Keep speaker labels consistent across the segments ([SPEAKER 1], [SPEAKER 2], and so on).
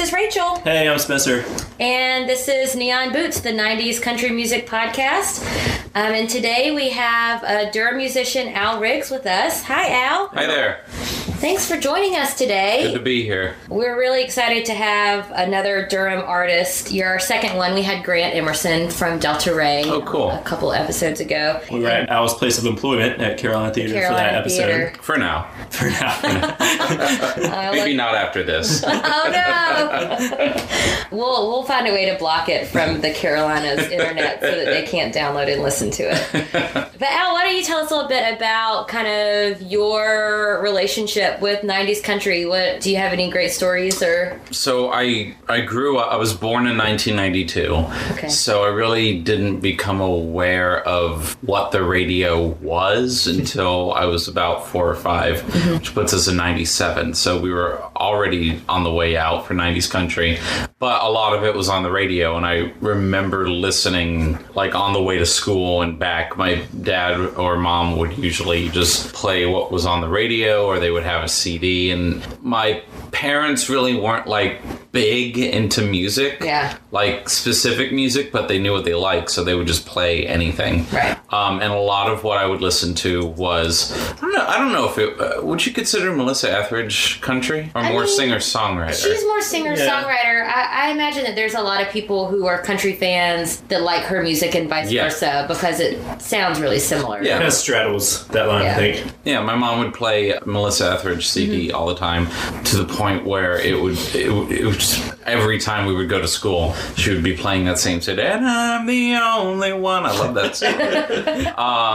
[SPEAKER 1] is Rachel,
[SPEAKER 2] Hey, I'm Spencer.
[SPEAKER 1] and this is Neon Boots, the 90s country music podcast. Um, and today we have uh, Durham musician Al Riggs with us. Hi, Al.
[SPEAKER 3] Hi there.
[SPEAKER 1] Thanks for joining us
[SPEAKER 3] Good
[SPEAKER 1] today.
[SPEAKER 3] to be here.
[SPEAKER 1] We're really excited to have another Durham artist. You're our second one. We had Grant Emerson from Delta Ray
[SPEAKER 3] Oh, cool.
[SPEAKER 1] a couple episodes ago.
[SPEAKER 2] We were at Al's place of employment at Carolina Theater for that
[SPEAKER 1] Carolina
[SPEAKER 2] episode.
[SPEAKER 1] Theater.
[SPEAKER 3] For now.
[SPEAKER 2] For now,
[SPEAKER 3] Maybe not after this.
[SPEAKER 1] Oh no! we'll we'll find a way to block it from the Carolinas internet so that they can't download and listen to it. But Al, why don't you tell us a little bit about kind of your relationship with '90s country? What do you have any great stories or?
[SPEAKER 3] so I I grew up. I was born in 1992.
[SPEAKER 1] Okay.
[SPEAKER 3] So I really didn't become aware of what the radio was until I was about four or 5 which puts us in 97. So we were already on the way out for 90s country, but a lot of it was on the radio. And I remember listening, like on the way to school and back. My dad or mom would usually just play what was on the radio, or they would have a CD. And my parents really weren't like big into music
[SPEAKER 1] Yeah.
[SPEAKER 3] like specific music, but they knew what they liked, so they would just play anything.
[SPEAKER 1] Right.
[SPEAKER 3] Um, and a lot of what I would listen to was I don't know. I don't know if it uh, would you consider Melissa Etheridge country or
[SPEAKER 1] I
[SPEAKER 3] more
[SPEAKER 1] mean,
[SPEAKER 3] singer songwriter.
[SPEAKER 1] She's more singer songwriter. I, I imagine that there's a lot of people who are country fans that like her music and vice
[SPEAKER 3] Yeah.
[SPEAKER 1] versa because it sounds really similar.
[SPEAKER 3] Yeah.
[SPEAKER 2] kind of straddles that line,
[SPEAKER 1] Yeah.
[SPEAKER 2] I think.
[SPEAKER 3] Yeah, my mom would play Melissa Etheridge CD
[SPEAKER 1] Mm-hmm.
[SPEAKER 3] all the time to the point where it would it, would- it was just every time we would go to school, she would be playing that same CD, and I'm the only one. I love that song. um,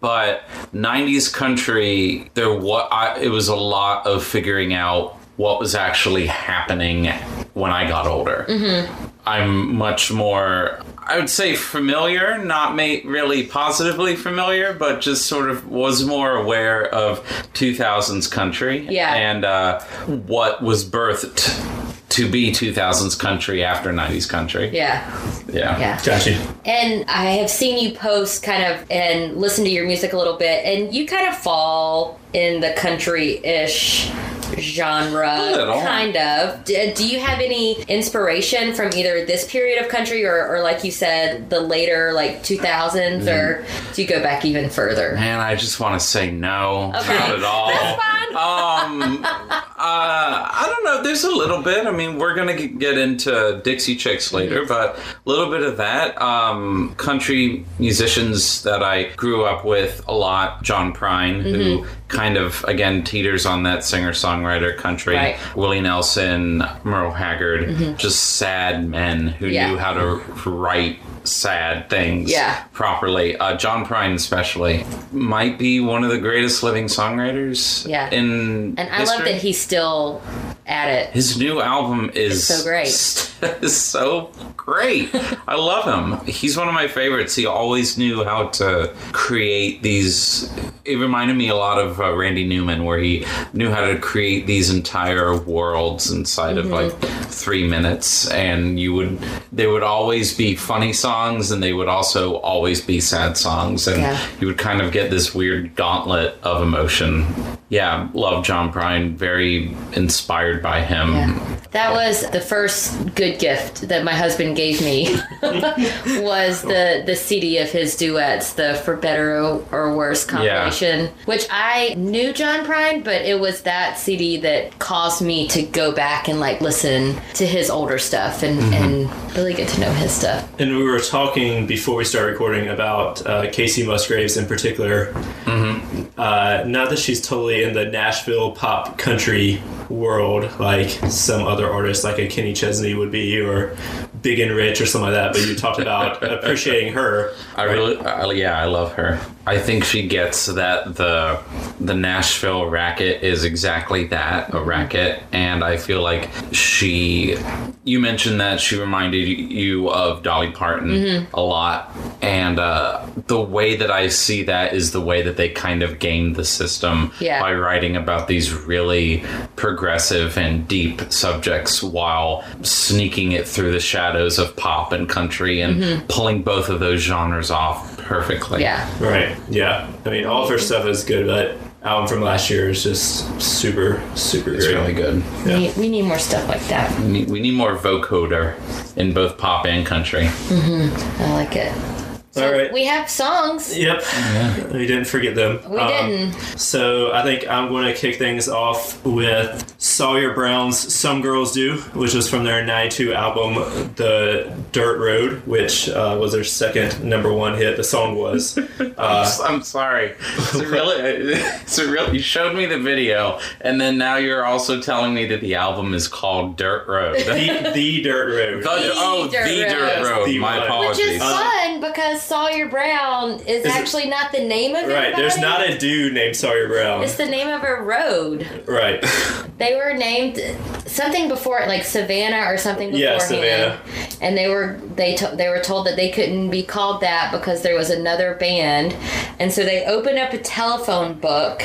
[SPEAKER 3] but '90s country, there what I, it was a lot of figuring out what was actually happening when I got older.
[SPEAKER 1] Mm-hmm.
[SPEAKER 3] I'm much more, I would say familiar, not ma- really positively familiar, but just sort of was more aware of 2000s country
[SPEAKER 1] Yeah.
[SPEAKER 3] and uh, what was birthed to be 2000s country after 90s country.
[SPEAKER 1] Yeah.
[SPEAKER 3] Yeah.
[SPEAKER 1] Yeah.
[SPEAKER 2] Gotcha.
[SPEAKER 1] And I have seen you post kind of and listen to your music a little bit, and you kind of fall in the country ish
[SPEAKER 3] Not at
[SPEAKER 1] genre
[SPEAKER 3] all.
[SPEAKER 1] kind of do, do you have any inspiration from either this period of country or, or like you said the later like 2000s
[SPEAKER 3] Mm-hmm.
[SPEAKER 1] or do you go back even further
[SPEAKER 3] Man, I just want to say no.
[SPEAKER 1] Okay.
[SPEAKER 3] Not at all. Um, uh, I don't know. There's a little bit. I mean, we're gonna g- get into Dixie Chicks later, but a little bit of that. Um, country musicians that I grew up with a lot. John Prine, who
[SPEAKER 1] Mm-hmm.
[SPEAKER 3] kind of again teeters on that singer-songwriter country.
[SPEAKER 1] Right. Mm-hmm.
[SPEAKER 3] Willie Nelson, Merle Haggard, just sad men who
[SPEAKER 1] Yeah.
[SPEAKER 3] knew how to write sad things
[SPEAKER 1] Yeah.
[SPEAKER 3] properly. Uh, John Prine, especially, might be one of the greatest living songwriters.
[SPEAKER 1] Yeah.
[SPEAKER 3] in
[SPEAKER 1] and i love
[SPEAKER 3] history.
[SPEAKER 1] that he's still at it
[SPEAKER 3] His new album is
[SPEAKER 1] so great.
[SPEAKER 3] Is so great. I love him. He's one of my favorites. He always knew how to create these. It reminded me a lot of uh, Randy Newman, where he knew how to create these entire worlds inside of
[SPEAKER 1] Mm-hmm.
[SPEAKER 3] like three minutes, and you would they would always be funny songs, and they would also always be sad songs, and
[SPEAKER 1] Yeah.
[SPEAKER 3] you would kind of get this weird gauntlet of emotion. Yeah, love John Prine, very inspired by him.
[SPEAKER 1] Yeah. That was the first good gift that my husband gave me was the the CD of his duets, the For Better or Worse compilation, which I knew John Prine, but it was that CD that caused me to go back and like listen to his older stuff and and really get to know his stuff.
[SPEAKER 2] And we were talking before we started recording about uh, Casey Musgraves in particular.
[SPEAKER 1] Mm-hmm.
[SPEAKER 2] Uh, not that she's totally in the Nashville pop country world like some other artists, like a Kenny Chesney would be, or Big and Rich, or something like that. But you talked about appreciating her.
[SPEAKER 3] I really, I, yeah, I love her. I think she gets that the the Nashville racket is exactly that, a racket, and I feel like she. You mentioned that she reminded you of Dolly Parton
[SPEAKER 1] Mm-hmm.
[SPEAKER 3] a lot, and uh, the way that I see that is the way that they kind of gamed the system
[SPEAKER 1] Yeah.
[SPEAKER 3] by writing about these really progressive and deep subjects while sneaking it through the shadows of pop and country and pulling both of those genres off perfectly.
[SPEAKER 1] Mm-hmm. Yeah.
[SPEAKER 2] Right. Yeah. I mean, all of her stuff is good, but album from last year is just super, super
[SPEAKER 3] It's
[SPEAKER 2] great.
[SPEAKER 3] really good.
[SPEAKER 2] Yeah.
[SPEAKER 1] We, we need more stuff like that.
[SPEAKER 3] We need, we need more vocoder in both pop and country.
[SPEAKER 1] I like it. So
[SPEAKER 2] All right.
[SPEAKER 1] We have songs.
[SPEAKER 2] Yep. We didn't forget them. Um,
[SPEAKER 1] We didn't.
[SPEAKER 2] So I think I'm going to kick things off with Sawyer Brown's Some Girls Do, which was from their 92 album, The Dirt Road, which uh, was their second number one hit. The song was. Uh,
[SPEAKER 3] I'm sorry. It's a real. It's a real. You showed me the video, and then now you're also telling me that the album is called Dirt Road. The,
[SPEAKER 2] the, the Dirt Road.
[SPEAKER 3] oh,
[SPEAKER 1] Dirt
[SPEAKER 3] the Dirt
[SPEAKER 1] Road.
[SPEAKER 3] Road.
[SPEAKER 2] The
[SPEAKER 3] My
[SPEAKER 2] one.
[SPEAKER 1] Which
[SPEAKER 3] apologies.
[SPEAKER 1] is fun because Sawyer Brown is,
[SPEAKER 2] Is it-
[SPEAKER 1] actually not the name of it.
[SPEAKER 2] Right, there's not a dude named Sawyer Brown.
[SPEAKER 1] It's the name of a road.
[SPEAKER 2] Right.
[SPEAKER 1] They were named something before, like Savannah or something.
[SPEAKER 2] Yeah,
[SPEAKER 1] beforehand.
[SPEAKER 2] Savannah.
[SPEAKER 1] And they were they to, they were told that they couldn't be called that because there was another band, and so they opened up a telephone book.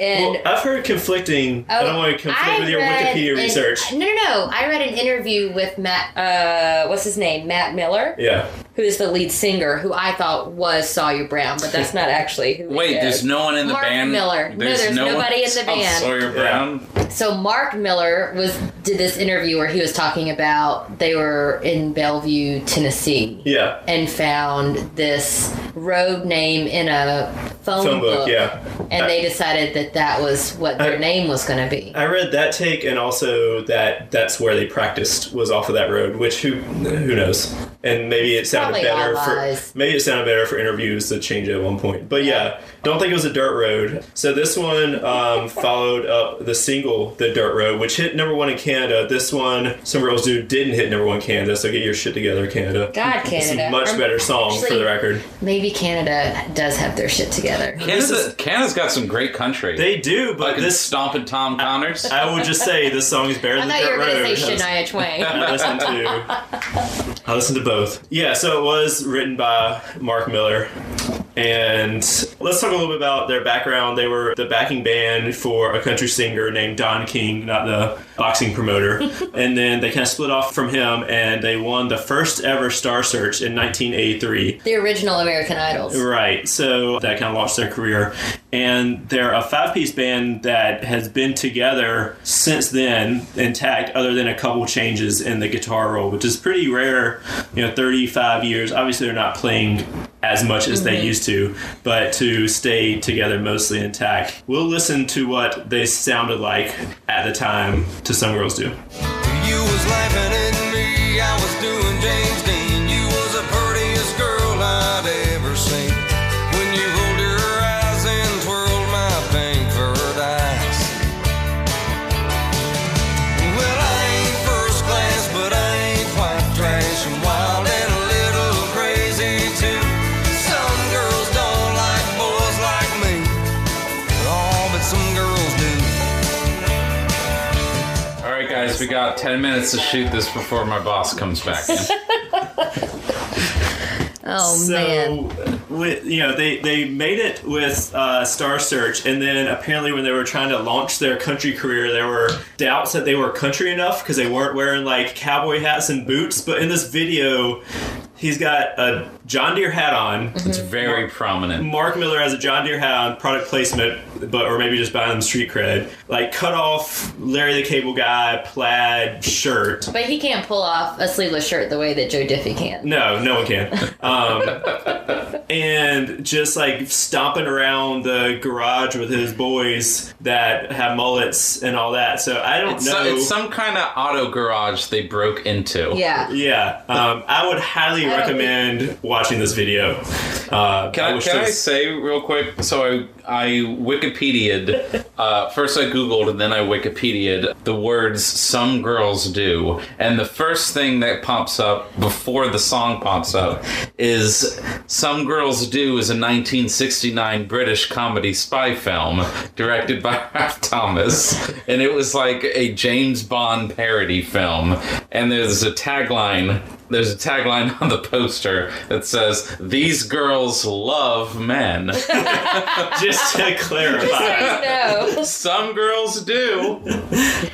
[SPEAKER 1] And Oh,
[SPEAKER 2] Well, I've heard conflicting. I don't want to conflict
[SPEAKER 1] I
[SPEAKER 2] with your
[SPEAKER 1] read
[SPEAKER 2] Wikipedia
[SPEAKER 1] an-
[SPEAKER 2] research.
[SPEAKER 1] No, no, no. I read an interview with Matt. Uh, what's his name? Matt Miller,
[SPEAKER 2] Yeah.
[SPEAKER 1] who is the lead singer, who I thought was Sawyer Brown, but that's not actually who.
[SPEAKER 3] Wait,
[SPEAKER 1] it is.
[SPEAKER 3] there's no one in the
[SPEAKER 1] Mark
[SPEAKER 3] band.
[SPEAKER 1] Miller. No, there's nobody in the
[SPEAKER 3] Oh,
[SPEAKER 1] band.
[SPEAKER 3] Sawyer Brown.
[SPEAKER 1] So Mark Miller was did this interview where he was talking about they were in Bellevue, Tennessee,
[SPEAKER 2] Yeah.
[SPEAKER 1] and found this road name in a phone,
[SPEAKER 2] Phone book,
[SPEAKER 1] book.
[SPEAKER 2] yeah.
[SPEAKER 1] And they decided that that was what their
[SPEAKER 2] I-
[SPEAKER 1] name was going to be.
[SPEAKER 2] I read that take and also that that's where they practiced was off of that road, which who who knows? And maybe it sounded
[SPEAKER 1] Probably all
[SPEAKER 2] better
[SPEAKER 1] lies.
[SPEAKER 2] for maybe it sounded better for interviews to change it at one point. But yeah, don't think it was a dirt road. So this one um, followed up the single "The Dirt Road," which hit number one in Canada. This one, some girls do didn't hit number one in Canada. So get your shit together, Canada. Um,
[SPEAKER 1] God,
[SPEAKER 2] It's a
[SPEAKER 1] Canada.
[SPEAKER 2] much
[SPEAKER 1] Or
[SPEAKER 2] better song for
[SPEAKER 1] actually-
[SPEAKER 2] the record.
[SPEAKER 1] Maybe Canada does have their shit together.
[SPEAKER 3] Canada's, Canada's got some great country.
[SPEAKER 2] They do, but
[SPEAKER 3] Fucking
[SPEAKER 2] this
[SPEAKER 3] stomping Tom Connors.
[SPEAKER 2] I would just say this song is better
[SPEAKER 1] I
[SPEAKER 2] than
[SPEAKER 1] thought you
[SPEAKER 2] Dirt
[SPEAKER 1] were going
[SPEAKER 2] Road.
[SPEAKER 1] to say Shania Twain.
[SPEAKER 2] I listened to. I listened to both. Yeah, so it was written by Mark Miller. And let's talk a little bit about their background. They were the backing band for a country singer named Don King, not the boxing promoter. and then they kind of split off from him and they won the first ever Star Search in 1983.
[SPEAKER 1] the original American Idols.
[SPEAKER 2] Right. So that kind of launched their career. And they're a five piece band that has been together since then intact, other than a couple changes in the guitar role, which is pretty rare. You know, 35 years. Obviously, they're not playing as much as they used to, but to stay together mostly intact. We'll listen to what they sounded like at the time to Some Girls Do.
[SPEAKER 4] You was laughing at me, I was doing James Dean. You was the prettiest girl I'd ever seen. When you rolled your eyes and twirled my pink fur eyes. Well, I ain't first class, but I ain't quite trash. I'm wild and a little crazy too. Some girls don't like boys like me, but all but some girls do.
[SPEAKER 3] All right, guys, we got 10 minutes to shoot this before my boss comes back in.
[SPEAKER 1] Oh
[SPEAKER 2] so,
[SPEAKER 1] man.
[SPEAKER 2] With, you know, they, they made it with uh, Star Search, and then apparently when they were trying to launch their country career, there were doubts that they were country enough because they weren't wearing like cowboy hats and boots. But in this video, he's got a John Deere hat on.
[SPEAKER 1] Mm-hmm.
[SPEAKER 3] It's very prominent.
[SPEAKER 2] Mark Miller has a John Deere hat on, product placement, but or maybe just buying them street cred. Like cut off Larry the Cable Guy plaid shirt.
[SPEAKER 1] But he can't pull off a sleeveless shirt the way that Joe Diffie can.
[SPEAKER 2] No, no one can. Um, and just like stomping around the garage with his boys that have mullets and all that. So I don't
[SPEAKER 3] It's,
[SPEAKER 2] know.
[SPEAKER 3] so- it's some kind of auto garage they broke into.
[SPEAKER 1] Yeah.
[SPEAKER 2] yeah, um, I would highly
[SPEAKER 1] I don't
[SPEAKER 2] recommend watching this video. Uh,
[SPEAKER 3] Can I,
[SPEAKER 2] wish
[SPEAKER 3] can I
[SPEAKER 2] this-
[SPEAKER 3] say real quick? So I, I Wikipedia'd. Uh, first I Googled and then I Wikipedia'd the words some girls do. And the first thing that pops up before the song pops up is Some Girls Do is a 1969 British comedy spy film directed by Ralph Thomas. And it was like a James Bond parody film. And there's a tagline there's a tagline on the poster that says these girls love men
[SPEAKER 2] just to clarify.
[SPEAKER 1] No.
[SPEAKER 3] some girls do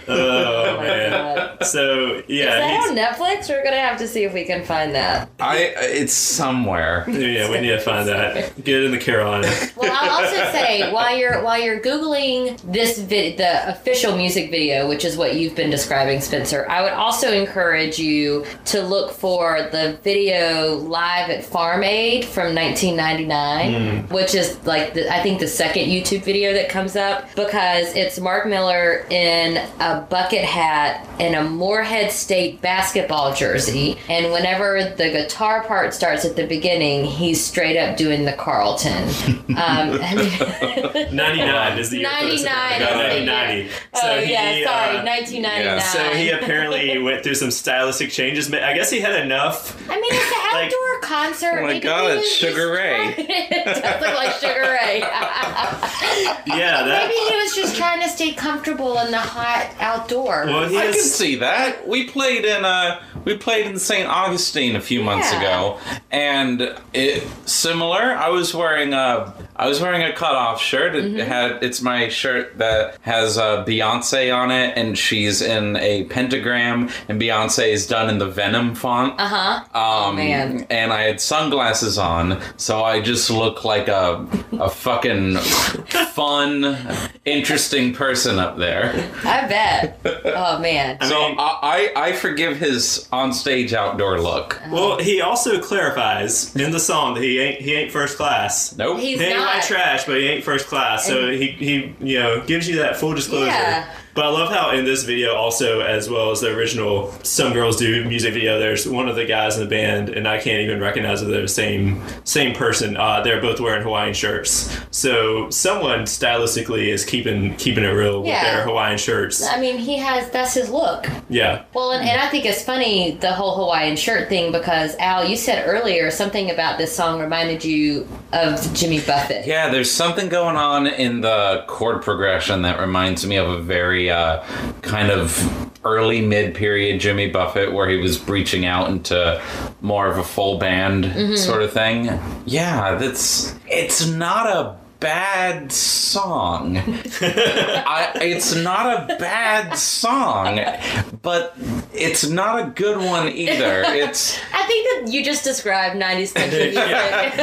[SPEAKER 2] oh man.
[SPEAKER 1] God.
[SPEAKER 2] So
[SPEAKER 1] Is
[SPEAKER 2] yeah,
[SPEAKER 1] that
[SPEAKER 2] he's-
[SPEAKER 1] on Netflix? We're gonna have to see if we can find that.
[SPEAKER 3] I it's somewhere.
[SPEAKER 2] yeah, we need to find that. Get it in the Carolina.
[SPEAKER 1] Well, I'll also say while you're while you're googling this vid- the official music video, which is what you've been describing, Spencer. I would also encourage you to look for the video live at Farm Aid from 1999, which is like the, I think the second YouTube video that comes up because it's Mark Miller in a bucket hat and a Moorhead State basketball jersey, and whenever the guitar part starts at the beginning, he's straight up doing the Carlton. Um, and-
[SPEAKER 2] 99 is the year. for this.
[SPEAKER 1] 99
[SPEAKER 2] No,
[SPEAKER 3] is the
[SPEAKER 2] 1990.
[SPEAKER 1] oh
[SPEAKER 2] So
[SPEAKER 1] yeah,
[SPEAKER 2] he,
[SPEAKER 1] sorry,
[SPEAKER 2] uh,
[SPEAKER 1] 1999.
[SPEAKER 3] yeah.
[SPEAKER 2] so he
[SPEAKER 3] Uh.
[SPEAKER 2] apparently went through some stylistic changes. I guess he had enough.
[SPEAKER 1] I mean, it's an
[SPEAKER 2] like-
[SPEAKER 1] outdoor concert.
[SPEAKER 3] Oh my
[SPEAKER 1] It
[SPEAKER 3] God,
[SPEAKER 1] really
[SPEAKER 3] it's Sugar
[SPEAKER 1] just-
[SPEAKER 3] Ray.
[SPEAKER 1] it does look like Sugar Ray.
[SPEAKER 3] Uh,
[SPEAKER 2] Yeah,
[SPEAKER 1] Maybe
[SPEAKER 2] that.
[SPEAKER 1] he was just trying to stay comfortable in the hot outdoor.
[SPEAKER 2] Well, he
[SPEAKER 3] I can
[SPEAKER 2] has.
[SPEAKER 3] see that. We played in uh we played in St. Augustine a few months
[SPEAKER 1] Yeah.
[SPEAKER 3] ago, and it similar. I was wearing a I was wearing a cutoff shirt. It had it's my shirt that has uh, Beyonce on it, and she's in a pentagram, and Beyonce is done in the Venom font.
[SPEAKER 1] uh huh.
[SPEAKER 3] Um,
[SPEAKER 1] man.
[SPEAKER 3] And I had sunglasses on, so I just look like a a fucking fun, interesting person up there.
[SPEAKER 1] I bet. Oh man.
[SPEAKER 2] I
[SPEAKER 3] So
[SPEAKER 2] mean-
[SPEAKER 3] I, I I forgive his onstage outdoor look.
[SPEAKER 2] Well, he also clarifies in the song that he ain't he ain't first class.
[SPEAKER 3] Nope.
[SPEAKER 1] He's
[SPEAKER 2] He ain't
[SPEAKER 1] not.
[SPEAKER 2] white trash, but he ain't first class. So he, he you know gives you that full disclosure.
[SPEAKER 1] Yeah.
[SPEAKER 2] But I love how in this video also, as well as the original "Some Girls Do" music video, there's one of the guys in the band, and I can't even recognize that they're the same same person. Uh, they're both wearing Hawaiian shirts, so someone stylistically is keeping keeping it real with
[SPEAKER 1] Yeah.
[SPEAKER 2] their Hawaiian shirts.
[SPEAKER 1] I mean, he has. That's his look.
[SPEAKER 2] Yeah,
[SPEAKER 1] Well, and, and I think it's funny the whole Hawaiian shirt thing because Al, you said earlier something about this song reminded you of Jimmy Buffett.
[SPEAKER 3] Yeah, there's something going on in the chord progression that reminds me of a very uh, kind of early mid period Jimmy Buffett where he was breaching out into more of a full band sort of thing. Yeah, that's it's not a bad song. I, it's not a bad song, but it's not a good one either. It's
[SPEAKER 1] I think that you just described 90s country music.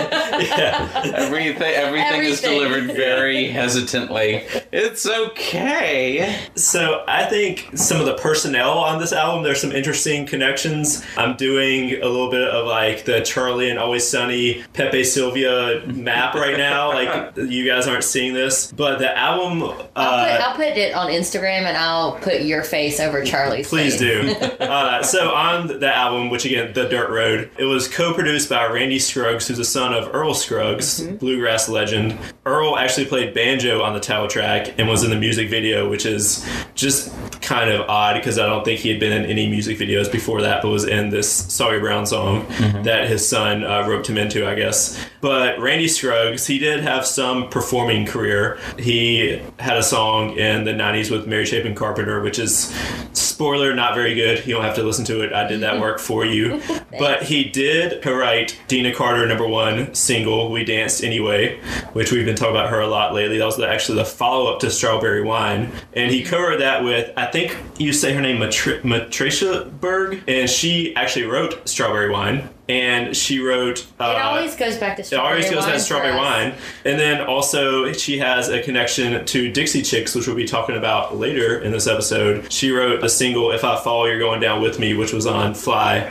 [SPEAKER 3] Everything, everything, is
[SPEAKER 1] Everything.
[SPEAKER 3] delivered very hesitantly. It's okay.
[SPEAKER 2] So I think some of the personnel on this album, there's some interesting connections. I'm doing a little bit of like the Charlie and Always Sunny Pepe Sylvia map right now. Like you guys aren't seeing this, but the album.
[SPEAKER 1] I'll, put,
[SPEAKER 2] Uh,
[SPEAKER 1] I'll put it on Instagram and I'll put your face over Charlie's
[SPEAKER 2] Please
[SPEAKER 1] face.
[SPEAKER 2] do. Uh, so on the album, which again, The Dirt Road, it was co-produced by Randy Scruggs, who's the son of Earl Scruggs, bluegrass legend. Earl actually played banjo on the title track and was in the music video, which is just kind of odd because I don't think he had been in any music videos before that, but was in this Sorry Brown song that his son uh, roped him into, I guess. But Randy Scruggs, he did have some performing career. He had a song in the 90s with Mary Chapin Carpenter, which is spoiler not very good you don't have to listen to it i did that work for you but he did co-write dina carter number one single we danced anyway which we've been talking about her a lot lately that was the, actually the follow-up to strawberry wine and he co-wrote that with i think you say her name Matri- matricia berg and she actually wrote strawberry wine and she wrote uh,
[SPEAKER 1] It always goes back to
[SPEAKER 2] it
[SPEAKER 1] strawberry
[SPEAKER 2] always goes
[SPEAKER 1] wine
[SPEAKER 2] back to
[SPEAKER 1] for
[SPEAKER 2] strawberry
[SPEAKER 1] us.
[SPEAKER 2] wine. And then also, she has a connection to Dixie Chicks, which we'll be talking about later in this episode. She wrote a single, If I Fall, You're Going Down With Me, which was on Fly,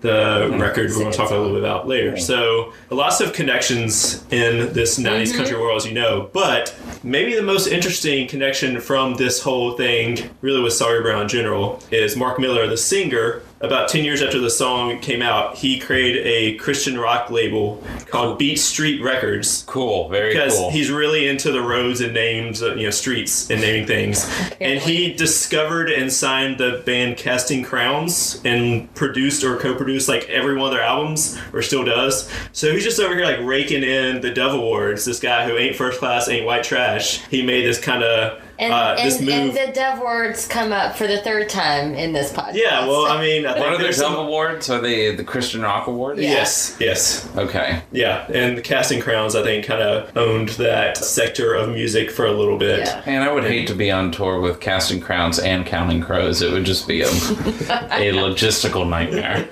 [SPEAKER 2] the record we're going to talk a little bit about later. So, lots of connections in this 90s country world, as you know. But maybe the most interesting connection from this whole thing, really with Sorry Brown in general, is Mark Miller, the singer. About 10 years after the song came out, he created a Christian rock label called Beat Street Records
[SPEAKER 3] Cool, very
[SPEAKER 2] because
[SPEAKER 3] cool.
[SPEAKER 2] he's really into the roads and names, uh, you know, streets and naming things. And he discovered and signed the band Casting Crowns and produced or co-produced like every one of their albums, or still does. So he's just over here like raking in the Dove Awards. This guy who ain't first class, ain't white trash. He made this kind of
[SPEAKER 1] And,
[SPEAKER 2] Uh, this
[SPEAKER 1] and, and
[SPEAKER 2] move-
[SPEAKER 1] the Dove words come up for the third time in this podcast.
[SPEAKER 2] Yeah, well, I mean, I think
[SPEAKER 3] What are their
[SPEAKER 2] there's some-
[SPEAKER 3] Dove Awards? Are they the Christian Rock Awards?
[SPEAKER 1] Yeah.
[SPEAKER 2] Yes, yes.
[SPEAKER 3] Okay.
[SPEAKER 2] Yeah, and the Casting Crowns, I think, kind of owned that sector of music for a little bit.
[SPEAKER 1] Yeah.
[SPEAKER 3] And I would hate to be on tour with Casting Crowns and Counting Crows. It would just be a, a logistical nightmare.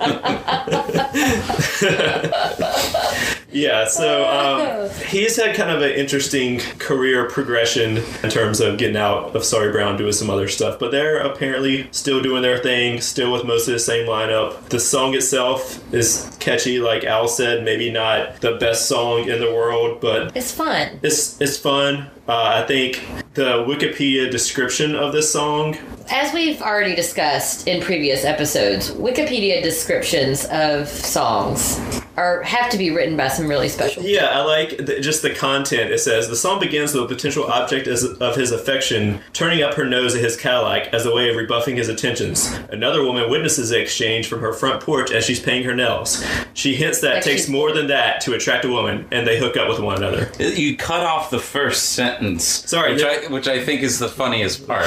[SPEAKER 2] Yeah, so um, he's had kind of an interesting career progression in terms of getting out of Sorry Brown, doing some other stuff. But they're apparently still doing their thing, still with most of the same lineup. The song itself is catchy, like Al said, maybe not the best song in the world, but
[SPEAKER 1] It's fun.
[SPEAKER 2] it's it's fun. Uh, I think the Wikipedia description of this song
[SPEAKER 1] As we've already discussed in previous episodes, Wikipedia descriptions of songs are have to be written by some really special.
[SPEAKER 2] Yeah, I like the, just the content. It says the song begins with a potential object as, of his affection turning up her nose at his Cadillac as a way of rebuffing his attentions. Another woman witnesses the exchange from her front porch as she's paying her nails. She hints that it
[SPEAKER 1] Like
[SPEAKER 2] takes
[SPEAKER 1] she's-
[SPEAKER 2] more than that to attract a woman, and they hook up with one another.
[SPEAKER 3] you cut off the first sentence.
[SPEAKER 2] Sorry,
[SPEAKER 3] Which,
[SPEAKER 2] there-
[SPEAKER 3] I, which I think is the funniest part.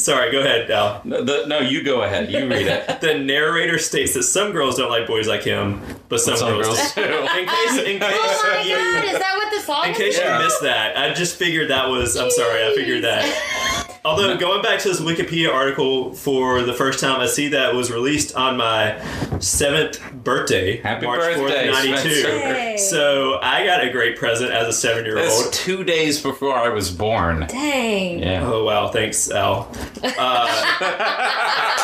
[SPEAKER 2] Sorry, go ahead, Al.
[SPEAKER 3] no, the- no, you go ahead. You read it.
[SPEAKER 2] The narrator states that some girls don't like boys like him, but some,
[SPEAKER 3] Some
[SPEAKER 2] girls.
[SPEAKER 3] girls
[SPEAKER 2] do.
[SPEAKER 3] too.
[SPEAKER 2] In case, in
[SPEAKER 1] Oh my
[SPEAKER 2] case you
[SPEAKER 1] god, is that what the song
[SPEAKER 2] In
[SPEAKER 1] is?
[SPEAKER 2] case
[SPEAKER 3] Yeah.
[SPEAKER 2] you missed that, I just figured that was. I'm sorry, I figured that. Although going back to this Wikipedia article for the first time, I see that it was released on my seventh birthday,
[SPEAKER 3] Happy
[SPEAKER 2] March
[SPEAKER 3] birthday,
[SPEAKER 2] 4th, 92.
[SPEAKER 3] Spencer.
[SPEAKER 5] Yay.
[SPEAKER 2] So I got a great present as a seven year
[SPEAKER 3] That's
[SPEAKER 2] old.
[SPEAKER 3] two days before I was born.
[SPEAKER 5] Dang.
[SPEAKER 3] Yeah.
[SPEAKER 2] Oh wow, thanks, Al. Uh,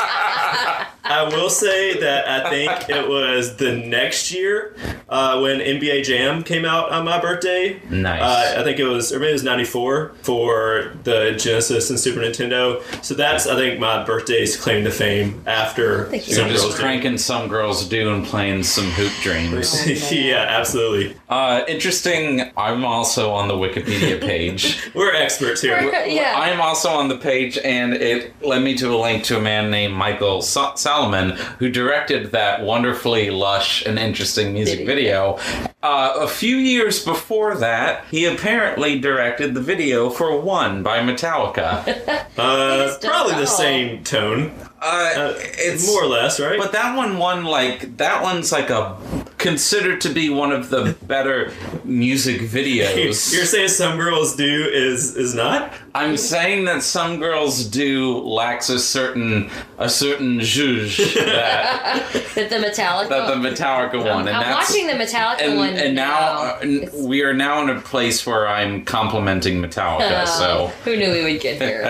[SPEAKER 2] I will say that I think it was the next year uh, when NBA Jam came out on my birthday.
[SPEAKER 3] Nice.
[SPEAKER 2] Uh, I think it was, or maybe it was '94 for the Genesis and Super Nintendo. So that's, I think, my birthday's claim to fame. After
[SPEAKER 5] Thank you.
[SPEAKER 3] You're
[SPEAKER 2] some
[SPEAKER 3] just
[SPEAKER 2] girls
[SPEAKER 3] cranking some girls do and playing some hoop dreams.
[SPEAKER 2] do. yeah, absolutely.
[SPEAKER 3] Uh, interesting. I'm also on the Wikipedia page.
[SPEAKER 2] We're experts here.
[SPEAKER 1] yeah.
[SPEAKER 3] I am also on the page, and it led me to a link to a man named Michael Sa- Salomon, who directed that wonderfully lush and interesting music video. Uh, a few years before that, he apparently directed the video for One by Metallica.
[SPEAKER 2] Uh,
[SPEAKER 1] just does
[SPEAKER 2] probably
[SPEAKER 1] it
[SPEAKER 2] the
[SPEAKER 1] all.
[SPEAKER 2] same tone,
[SPEAKER 3] Uh,
[SPEAKER 2] uh,
[SPEAKER 3] it's
[SPEAKER 2] more or less, right?
[SPEAKER 3] But that one won like that one's like a considered to be one of the better music
[SPEAKER 2] You're
[SPEAKER 3] videos.
[SPEAKER 2] saying some girls do is is not?
[SPEAKER 3] I'm saying that some girls do lacks a certain a certain zhuzh that,
[SPEAKER 1] That the Metallica.
[SPEAKER 3] that the Metallica one, and
[SPEAKER 1] I'm
[SPEAKER 3] that's
[SPEAKER 1] watching the Metallica
[SPEAKER 3] and,
[SPEAKER 1] one.
[SPEAKER 3] and now uh, n-
[SPEAKER 1] It's-
[SPEAKER 3] we are now in a place where I'm complimenting Metallica.
[SPEAKER 1] uh,
[SPEAKER 3] so
[SPEAKER 1] who knew we would get here?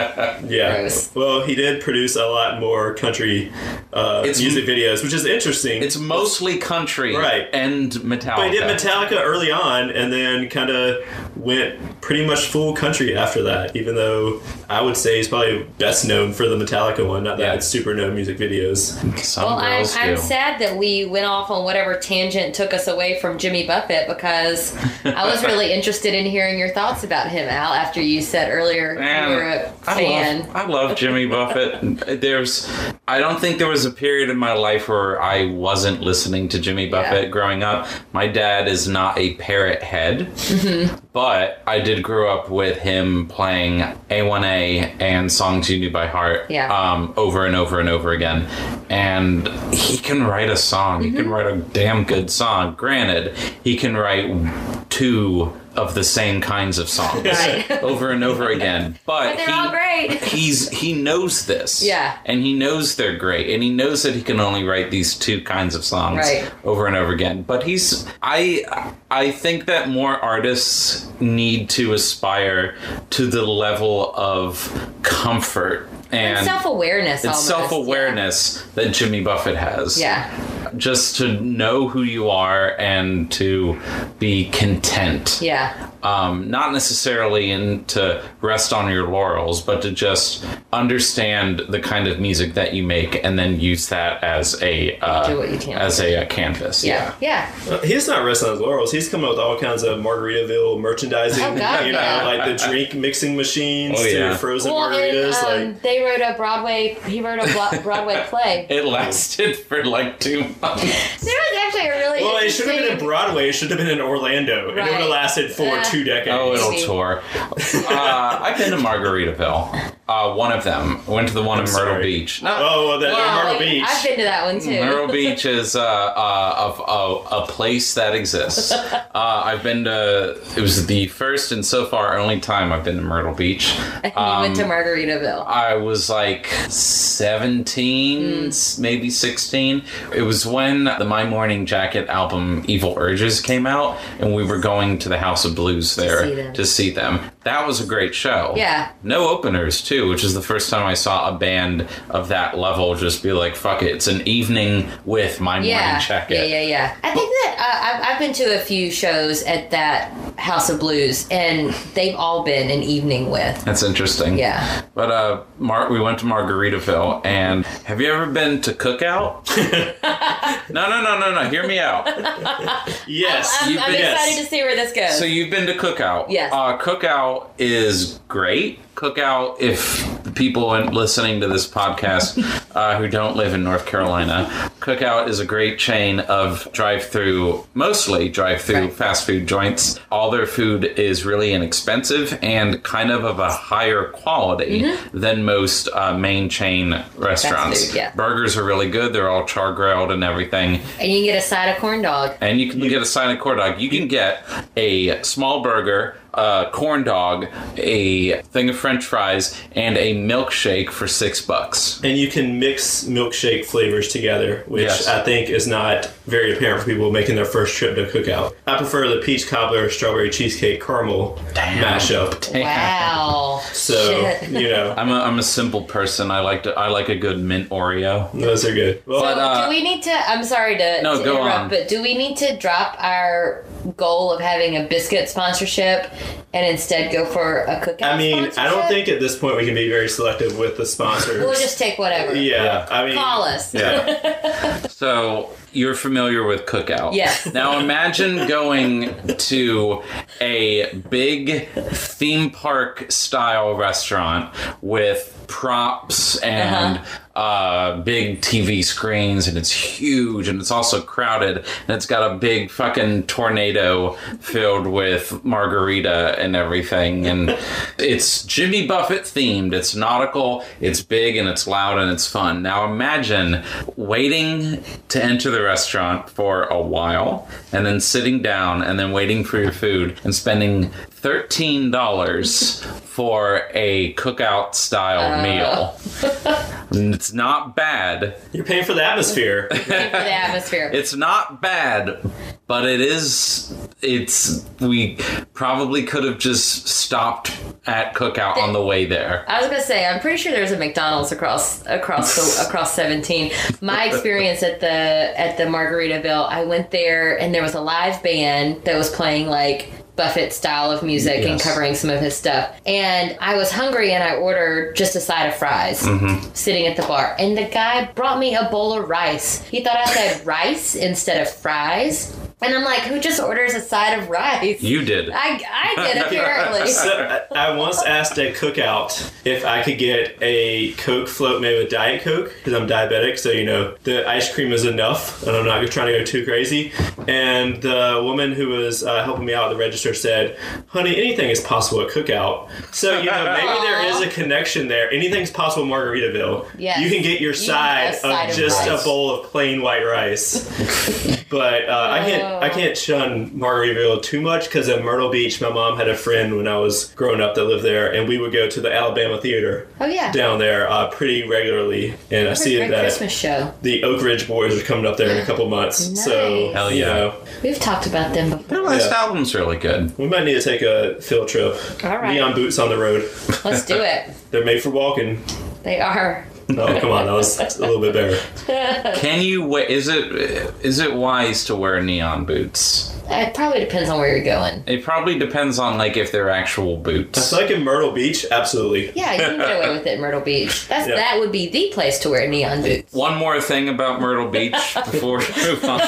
[SPEAKER 2] Yeah.
[SPEAKER 1] Gross.
[SPEAKER 2] Well, he did produce a lot more country uh,
[SPEAKER 3] It's-
[SPEAKER 2] music videos, which is interesting.
[SPEAKER 3] it's mostly country,
[SPEAKER 2] Right.
[SPEAKER 3] And Metallica.
[SPEAKER 2] But he did Metallica early on, and then kind of went pretty much full country after that. Even though I would say he's probably best known for the Metallica one, not that
[SPEAKER 3] Yeah.
[SPEAKER 2] it's super known music videos.
[SPEAKER 3] Some
[SPEAKER 1] Well, I'm,
[SPEAKER 3] girls
[SPEAKER 1] I'm
[SPEAKER 3] do.
[SPEAKER 1] sad that we went off on whatever tangent took us away from Jimmy Buffett because I was really interested in hearing your thoughts about him, Al, after you said earlier
[SPEAKER 3] Man,
[SPEAKER 1] you were a
[SPEAKER 3] I
[SPEAKER 1] fan.
[SPEAKER 3] Love, I love Jimmy Buffett. There's, I don't think there was a period in my life where I wasn't listening to Jimmy Buffett growing up. My dad is not a parrot head,
[SPEAKER 1] Mm-hmm.
[SPEAKER 3] but I did grow up with him playing A1A and songs you knew by heart
[SPEAKER 1] Yeah.
[SPEAKER 3] um, over and over and over again. And he can write a song. He
[SPEAKER 1] Mm-hmm.
[SPEAKER 3] can write a damn good song. Granted, he can write two of the same kinds of songs
[SPEAKER 1] Right.
[SPEAKER 3] over and over again. But,
[SPEAKER 1] They're
[SPEAKER 3] he,
[SPEAKER 1] all great.
[SPEAKER 3] he's he knows this.
[SPEAKER 1] Yeah.
[SPEAKER 3] And he knows they're great. And he knows that he can only write these two kinds of songs
[SPEAKER 1] Right.
[SPEAKER 3] over and over again. But he's I I think that more artists need to aspire to the level of comfort and,
[SPEAKER 1] Self awareness.
[SPEAKER 3] it's self-awareness that Jimmy Buffett has.
[SPEAKER 1] Yeah.
[SPEAKER 3] Just to know who you are and to be content
[SPEAKER 1] Yeah.
[SPEAKER 3] um, not necessarily in to rest on your laurels, but to just understand the kind of music that you make and then use that as a uh,
[SPEAKER 1] Do what you can.
[SPEAKER 3] as a, uh canvas.
[SPEAKER 1] Yeah. Yeah.
[SPEAKER 2] Uh, He's not resting on his laurels. He's come up with all kinds of Margaritaville merchandising,
[SPEAKER 1] Oh, God,
[SPEAKER 2] you know,
[SPEAKER 1] yeah.
[SPEAKER 2] like the drink mixing machines
[SPEAKER 3] Oh,
[SPEAKER 2] to
[SPEAKER 3] yeah.
[SPEAKER 2] frozen
[SPEAKER 1] Well, and,
[SPEAKER 2] margaritas.
[SPEAKER 1] um,
[SPEAKER 2] like
[SPEAKER 1] they wrote a Broadway. He wrote a blo- Broadway play.
[SPEAKER 3] It lasted for like two
[SPEAKER 1] There was actually a really
[SPEAKER 2] Well, it
[SPEAKER 1] interesting.
[SPEAKER 2] should have been in Broadway. It should have been in Orlando. and It would
[SPEAKER 1] Right.
[SPEAKER 2] have lasted for
[SPEAKER 1] Uh,
[SPEAKER 2] two decades.
[SPEAKER 3] Oh, it'll
[SPEAKER 1] Maybe.
[SPEAKER 3] tour. Uh, I've been to Margaritaville. Uh, one of them. Went to the one in Myrtle
[SPEAKER 2] sorry.
[SPEAKER 3] Beach. No,
[SPEAKER 2] Oh, well, that
[SPEAKER 1] Wow,
[SPEAKER 2] Myrtle
[SPEAKER 1] wait,
[SPEAKER 2] Beach. Mm,
[SPEAKER 1] I've been to that one too.
[SPEAKER 3] Myrtle Beach is uh, uh, a, a, a place that exists. Uh, I've been to, it was the first and so far only time I've been to Myrtle Beach.
[SPEAKER 1] And you went to
[SPEAKER 2] um,
[SPEAKER 1] Margaritaville.
[SPEAKER 3] I was like 17,
[SPEAKER 1] Hmm.
[SPEAKER 3] s- maybe 16. It was when the My Morning Jacket album Evil Urges came out, and we were going to the House of Blues there
[SPEAKER 1] see them.
[SPEAKER 3] to see them. That was a great show.
[SPEAKER 1] Yeah.
[SPEAKER 3] No openers, too, which is the first time I saw a band of that level just be like, fuck it, it's an evening with My
[SPEAKER 1] yeah,
[SPEAKER 3] Morning Jacket.
[SPEAKER 1] yeah, yeah, yeah. I think that uh, I've, I've been to a few shows at that House of Blues, and they've all been an evening with.
[SPEAKER 3] That's interesting.
[SPEAKER 1] Yeah.
[SPEAKER 3] But uh, Mar- we went to Margaritaville, and have you ever been to Cookout? no, no, no, no, no. Hear me out.
[SPEAKER 2] yes.
[SPEAKER 1] I'm,
[SPEAKER 3] You've
[SPEAKER 1] I'm
[SPEAKER 3] been-
[SPEAKER 1] excited
[SPEAKER 2] yes.
[SPEAKER 1] to see where this goes.
[SPEAKER 3] So you've been to Cookout.
[SPEAKER 1] Yes.
[SPEAKER 3] Uh, Cookout is great. Cookout, if the people in- listening to this podcast uh, who don't live in North Carolina, Cookout is a great chain of drive-through, mostly drive-through
[SPEAKER 1] Right.
[SPEAKER 3] fast food joints. All their food is really inexpensive and kind of of a higher quality than most uh, main chain restaurants.
[SPEAKER 1] Mm-hmm. food, yeah.
[SPEAKER 3] Burgers are really good. They're all char grilled and everything
[SPEAKER 1] and you can get a side of corn dog.
[SPEAKER 3] and you can get a sign of corn dog. You can get a small burger, a corn dog, a thing of French fries, and a milkshake for six bucks.
[SPEAKER 2] And you can mix milkshake flavors together, which
[SPEAKER 3] Yes.
[SPEAKER 2] I think is not very apparent for people making their first trip to cookout. I prefer the peach cobbler, strawberry cheesecake, caramel mashup.
[SPEAKER 1] Wow.
[SPEAKER 2] So
[SPEAKER 1] Shit.
[SPEAKER 2] you know,
[SPEAKER 3] I'm a, I'm a simple person. I like to I like a good mint Oreo.
[SPEAKER 2] those are good. Well,
[SPEAKER 1] So
[SPEAKER 3] uh,
[SPEAKER 1] do we need to? I'm sorry to,
[SPEAKER 3] No,
[SPEAKER 1] to
[SPEAKER 3] go
[SPEAKER 1] interrupt,
[SPEAKER 3] on.
[SPEAKER 1] but do we need to drop our goal of having a biscuit sponsorship and instead go for a cookout?
[SPEAKER 2] I mean, I don't
[SPEAKER 1] sponsorship?
[SPEAKER 2] think at this point we can be very selective with the sponsors.
[SPEAKER 1] we'll just take whatever.
[SPEAKER 2] yeah,
[SPEAKER 3] Yeah.
[SPEAKER 2] I mean,
[SPEAKER 1] Call us.
[SPEAKER 3] Yeah. so you're familiar with Cookout.
[SPEAKER 1] Yes.
[SPEAKER 3] Now imagine going to a big theme park style restaurant with props and uh big TV screens and it's huge and it's also crowded and it's got a big fucking tornado filled with margarita and everything and it's Jimmy Buffett themed it's nautical it's big and it's loud and it's fun now imagine waiting to enter the restaurant for a while and then sitting down and then waiting for your food and spending $13 for a cookout style meal and it's not bad
[SPEAKER 2] you're paying for the atmosphere.
[SPEAKER 1] Thank you for the atmosphere.
[SPEAKER 3] it's not bad, but it is. It's we probably could have just stopped at Cookout on the way there.
[SPEAKER 1] I was gonna say, I'm pretty sure there's a McDonald's across across the, across 17. My experience at the at the Margaritaville, I went there and there was a live band that was playing like Buffett style of music and
[SPEAKER 3] Yes.
[SPEAKER 1] covering some of his stuff. And I was hungry and I ordered just a side of fries
[SPEAKER 3] Mm-hmm.
[SPEAKER 1] sitting at the bar. And the guy brought me a bowl of rice. He thought I said rice instead of fries. And I'm like, who just orders a side of rice?
[SPEAKER 3] You did.
[SPEAKER 1] I, I did apparently.
[SPEAKER 2] So, I I once asked at cookout if I could get a Coke float made with Diet Coke because I'm diabetic, so you know the ice cream is enough, and I'm not trying to go too crazy. And the woman who was uh, helping me out at the register said, "Honey, anything is possible at cookout." So you know maybe there is a connection there. Anything's possible in Margaritaville.
[SPEAKER 1] Yes.
[SPEAKER 2] you can get your
[SPEAKER 1] You can
[SPEAKER 2] side,
[SPEAKER 1] get a side
[SPEAKER 2] of
[SPEAKER 1] of
[SPEAKER 2] just
[SPEAKER 1] rice.
[SPEAKER 2] a bowl of plain white rice. But uh, I can't
[SPEAKER 1] Oh.
[SPEAKER 2] I can't shun Margaritaville too much because at Myrtle Beach, my mom had a friend when I was growing up that lived there, and we would go to the Alabama Theater
[SPEAKER 1] Oh yeah.
[SPEAKER 2] down there uh, pretty regularly. And I see
[SPEAKER 1] Great
[SPEAKER 2] that
[SPEAKER 1] Christmas show.
[SPEAKER 2] the Oak Ridge Boys are coming up there in a couple months, so
[SPEAKER 1] Nice.
[SPEAKER 3] Hell
[SPEAKER 2] you
[SPEAKER 3] yeah.
[SPEAKER 2] know,
[SPEAKER 1] We've talked about them before.
[SPEAKER 3] Their last
[SPEAKER 2] Yeah.
[SPEAKER 3] album's really good.
[SPEAKER 2] we might need to take a field trip.
[SPEAKER 1] All right.
[SPEAKER 2] Neon boots on the road.
[SPEAKER 1] Let's do it.
[SPEAKER 2] They're made for walking.
[SPEAKER 1] They are.
[SPEAKER 2] Oh come on, that was a little bit better.
[SPEAKER 3] Can you? wa- Is it? Is it wise to wear neon boots?
[SPEAKER 1] It probably depends on where you're going.
[SPEAKER 3] It probably depends on like if they're actual boots.
[SPEAKER 2] So like in Myrtle Beach, absolutely.
[SPEAKER 1] Yeah, you can get away with it, in Myrtle Beach. That's
[SPEAKER 2] Yeah.
[SPEAKER 1] that would be the place to wear neon boots.
[SPEAKER 3] One more thing about Myrtle Beach before we move on.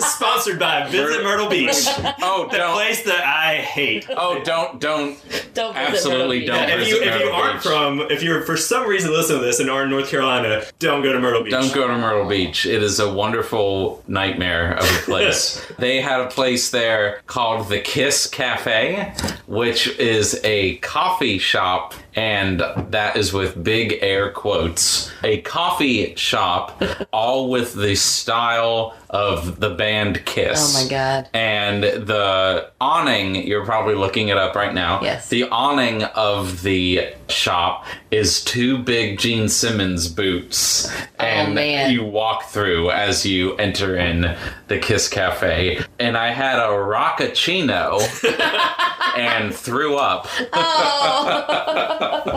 [SPEAKER 2] Sponsored by Visit Myrtle Beach,
[SPEAKER 3] Oh,
[SPEAKER 2] the
[SPEAKER 3] don't.
[SPEAKER 2] place that I hate.
[SPEAKER 3] Oh, don't, don't.
[SPEAKER 1] Don't visit
[SPEAKER 3] Absolutely
[SPEAKER 1] Myrtle Beach.
[SPEAKER 3] don't.
[SPEAKER 2] if you
[SPEAKER 3] Visit
[SPEAKER 2] if you
[SPEAKER 3] Myrtle
[SPEAKER 2] aren't
[SPEAKER 3] Beach.
[SPEAKER 2] from if you're for some reason listening to this and are in North Carolina, don't go to Myrtle Beach.
[SPEAKER 3] Don't go to Myrtle Beach. It is a wonderful nightmare of a place. they had a place there called the Kiss Cafe, which is a coffee shop, and that is with big air quotes. A coffee shop, all with the style of the band Kiss.
[SPEAKER 1] Oh my God.
[SPEAKER 3] And the awning, you're probably looking it up right now.
[SPEAKER 1] Yes.
[SPEAKER 3] The awning of the shop is two big Gene Simmons boots. And
[SPEAKER 1] man.
[SPEAKER 3] you walk through as you enter in the Kiss Cafe. And I had a Rockachino and threw up.
[SPEAKER 1] Kind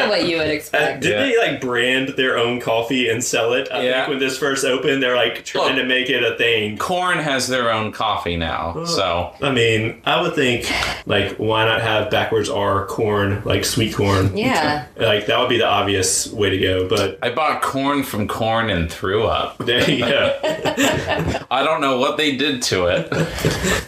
[SPEAKER 1] of Oh. what you would
[SPEAKER 2] Uh,
[SPEAKER 1] expect.
[SPEAKER 2] did they like brand their own coffee and sell it? I
[SPEAKER 3] Yeah.
[SPEAKER 2] think when this first opened, they're like trying to
[SPEAKER 3] Look.
[SPEAKER 2] make it a thing.
[SPEAKER 3] Corn has their own coffee now. So
[SPEAKER 2] I mean, I would think like why not have backwards R corn like sweet corn?
[SPEAKER 1] Yeah.
[SPEAKER 2] Like that would be the obvious way to go. But
[SPEAKER 3] I bought corn from corn and threw up.
[SPEAKER 2] there you go.
[SPEAKER 3] I don't know what they did to it.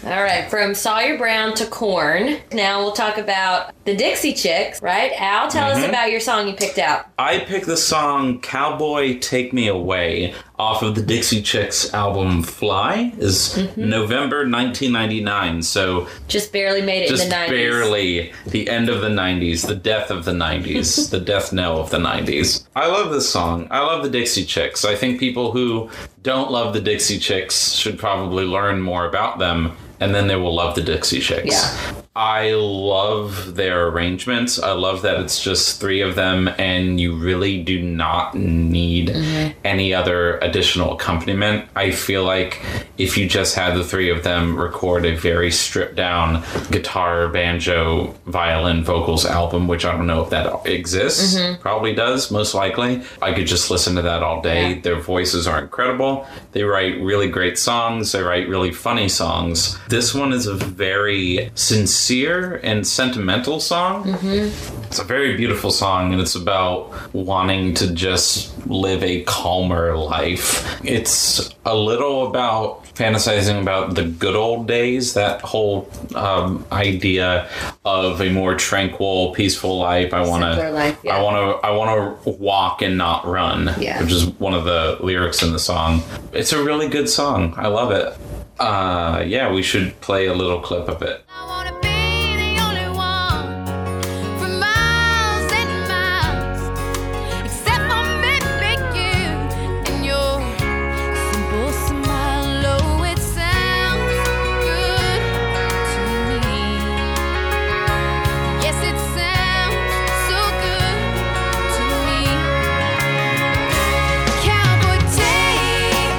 [SPEAKER 1] All right, from Sawyer Brown to Corn. Now we'll talk about the Dixie Chicks, right? Al, tell
[SPEAKER 3] Mm-hmm.
[SPEAKER 1] us about your song you picked out.
[SPEAKER 3] I picked the song Cowboy Take Me Away off of the Dixie Chicks album Fly is November 1999 so
[SPEAKER 1] Just barely made it
[SPEAKER 3] just
[SPEAKER 1] in the 90s.
[SPEAKER 3] barely the end of the 90s the death of the 90s the death knell of the 90s I love this song I love the Dixie Chicks I think people who don't love the Dixie Chicks should probably learn more about them and then they will love the Dixie Chicks
[SPEAKER 1] Yeah.
[SPEAKER 3] I love their arrangements. I love that it's just three of them, and you really do not need any other additional accompaniment. I feel like if you just had the three of them record a very stripped down guitar, banjo, violin, vocals album, which I don't know if that exists, probably does, most likely. I could just listen to that all day.
[SPEAKER 1] Yeah.
[SPEAKER 3] Their voices are incredible. They write really great songs. They write really funny songs. This one is a very sincere and sentimental song. It's a very beautiful song, and it's about wanting to just live a calmer life. It's a little about fantasizing about the good old days, that whole um, idea of a more tranquil, peaceful life. I want
[SPEAKER 1] Simpler life,
[SPEAKER 3] to.
[SPEAKER 1] yeah.
[SPEAKER 3] I want to. I want to walk and not run.
[SPEAKER 1] Yeah.
[SPEAKER 3] Which is one of the lyrics in the song. It's a really good song. I love it. Uh, yeah, we should play a little clip of it.
[SPEAKER 5] I wanna be the only one for miles and miles, except for maybe you and your simple smile. Oh, it sounds good to me. Yes, it sounds so good to me. Cowboy,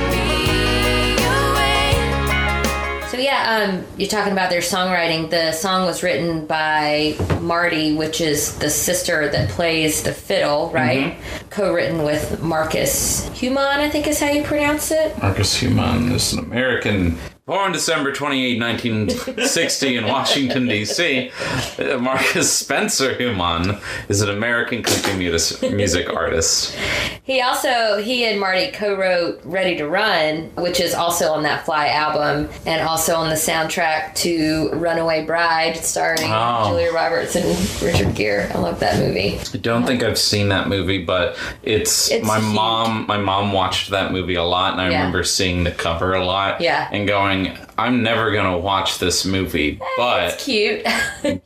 [SPEAKER 5] take me away.
[SPEAKER 1] So yeah, um, you're talking about their songwriting. The song was written by Marty, which is the sister that plays the fiddle, right? Co-written with Marcus Human, I think is how you pronounce it.
[SPEAKER 3] Marcus Human is an American born December 28, 1960 in Washington, D.C. Uh, Marcus Spencer Human is an American country mus- music artist.
[SPEAKER 1] He also he and Marty co-wrote "Ready to Run," which is also on that Fly album, and also on the soundtrack to "Runaway Bride," starring
[SPEAKER 3] Oh.
[SPEAKER 1] Julia Roberts and Richard Gere. I love that movie.
[SPEAKER 3] I don't think I've seen that movie, but it's,
[SPEAKER 1] It's
[SPEAKER 3] my
[SPEAKER 1] huge.
[SPEAKER 3] mom. My mom watched that movie a lot, and I
[SPEAKER 1] Yeah.
[SPEAKER 3] remember seeing the cover a lot.
[SPEAKER 1] Yeah.
[SPEAKER 3] and going, I'm never gonna watch this movie, but
[SPEAKER 1] It's cute.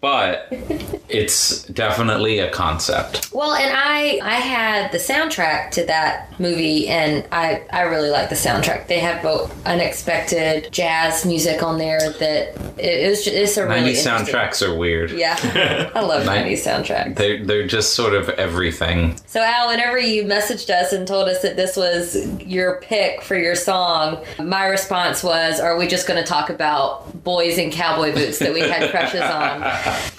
[SPEAKER 3] but it's definitely a concept.
[SPEAKER 1] Well, and I I had the soundtrack to that movie, and I I really like the soundtrack. They have both unexpected jazz music on there that it, it was just, it's a really
[SPEAKER 3] 90s
[SPEAKER 1] interesting-
[SPEAKER 3] soundtracks are weird.
[SPEAKER 1] Yeah, I love
[SPEAKER 3] Nin-
[SPEAKER 1] 90s soundtrack.
[SPEAKER 3] They're, they're just sort of everything.
[SPEAKER 1] So Al, whenever you messaged us and told us that this was your pick for your song, my response was, "Are we just going to talk about boys in cowboy boots that we had crushes on?"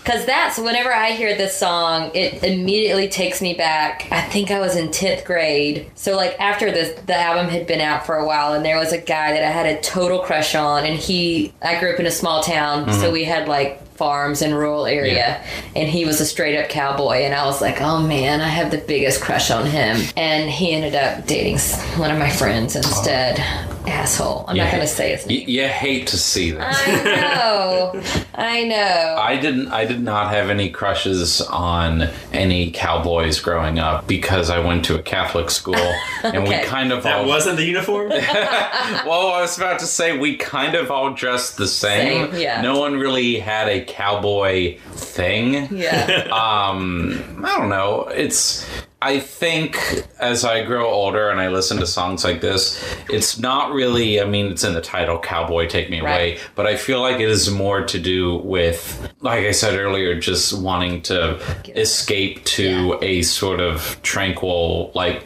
[SPEAKER 1] Because that's whenever I hear this song, it immediately takes me back. I think I was in 10th grade. So, like, after this, the album had been out for a while, and there was a guy that I had a total crush on. And he, I grew up in a small town, so we had like farms and rural area.
[SPEAKER 3] Mm-hmm. Yeah.
[SPEAKER 1] And he was a straight up cowboy. And I was like, oh man, I have the biggest crush on him. And he ended up dating s- one of my friends instead. Asshole. I'm
[SPEAKER 3] Yeah.
[SPEAKER 1] not going to say his name.
[SPEAKER 3] Y- you hate to see that.
[SPEAKER 1] I know. I know.
[SPEAKER 3] I didn't. I did not have any crushes on any cowboys growing up because I went to a Catholic school, and we
[SPEAKER 1] Okay.
[SPEAKER 3] kind of
[SPEAKER 2] That
[SPEAKER 3] all.
[SPEAKER 2] wasn't the uniform?
[SPEAKER 3] Well, I was about to say we kind of all dressed the same.
[SPEAKER 1] Same, yeah.
[SPEAKER 3] No one really had a cowboy thing.
[SPEAKER 1] yeah.
[SPEAKER 3] I don't know. It's. I think as I grow older and I listen to songs like this, it's not really, I mean, it's in the title, Cowboy Take Me Away,
[SPEAKER 1] Right.
[SPEAKER 3] but I feel like it is more to do with, like I said earlier, just wanting to escape to a sort of tranquil, like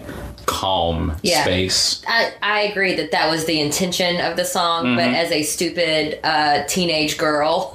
[SPEAKER 3] calm
[SPEAKER 1] Yeah.
[SPEAKER 3] space.
[SPEAKER 1] I, I agree that that was the intention of the song,
[SPEAKER 2] Mm-hmm.
[SPEAKER 1] but as a stupid uh, teenage girl,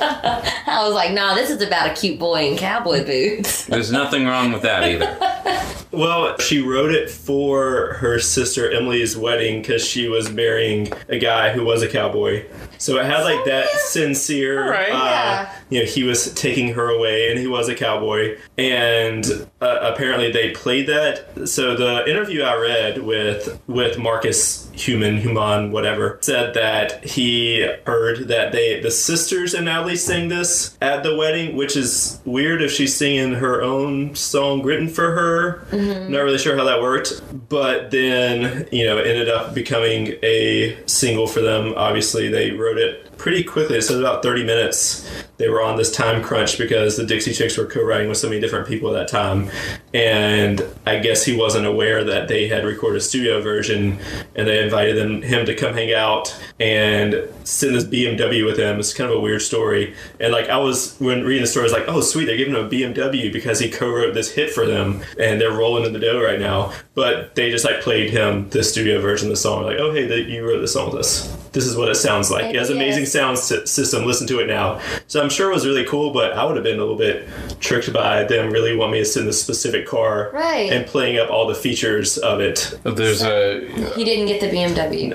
[SPEAKER 1] I was like, nah, this is about a cute boy in cowboy boots.
[SPEAKER 3] There's nothing wrong with that either.
[SPEAKER 2] Well, she wrote it for her sister Emily's wedding because she was marrying a guy who was a cowboy. So it had like that sincere,
[SPEAKER 3] Alright.
[SPEAKER 2] uh,
[SPEAKER 1] Yeah.
[SPEAKER 2] you know, he was taking her away and he was a cowboy. And uh, apparently they played that. So the interview I read with with Marcus Human, Human, whatever, said that he heard that they the sisters and Natalie sang this at the wedding, which is weird if she's singing her own song written for her. Not really sure how that worked, but then you know it ended up becoming a single for them. Obviously, they wrote it pretty quickly. So in about thirty minutes, they were on this time crunch because the Dixie Chicks were co-writing with so many different people at that time, and I guess he wasn't aware that they had recorded a studio version, and they invited them, him to come hang out and sit in this BMW with him. It's kind of a weird story, and like I was when reading the story, I was like, oh sweet, they're giving him a BMW because he co-wrote this hit for them, and they're rolling in the dough right now. But they just like played him the studio version of the song, like, oh hey, that you wrote this song with us. This is what it sounds like. It has
[SPEAKER 1] Yes.
[SPEAKER 2] amazing sound sy- system. Listen to it now. So I'm sure it was really cool, but I would have been a little bit tricked by them really want me to sit in this specific car
[SPEAKER 1] Right.
[SPEAKER 2] and playing up all the features of it.
[SPEAKER 3] There's a
[SPEAKER 1] He didn't get the BMW.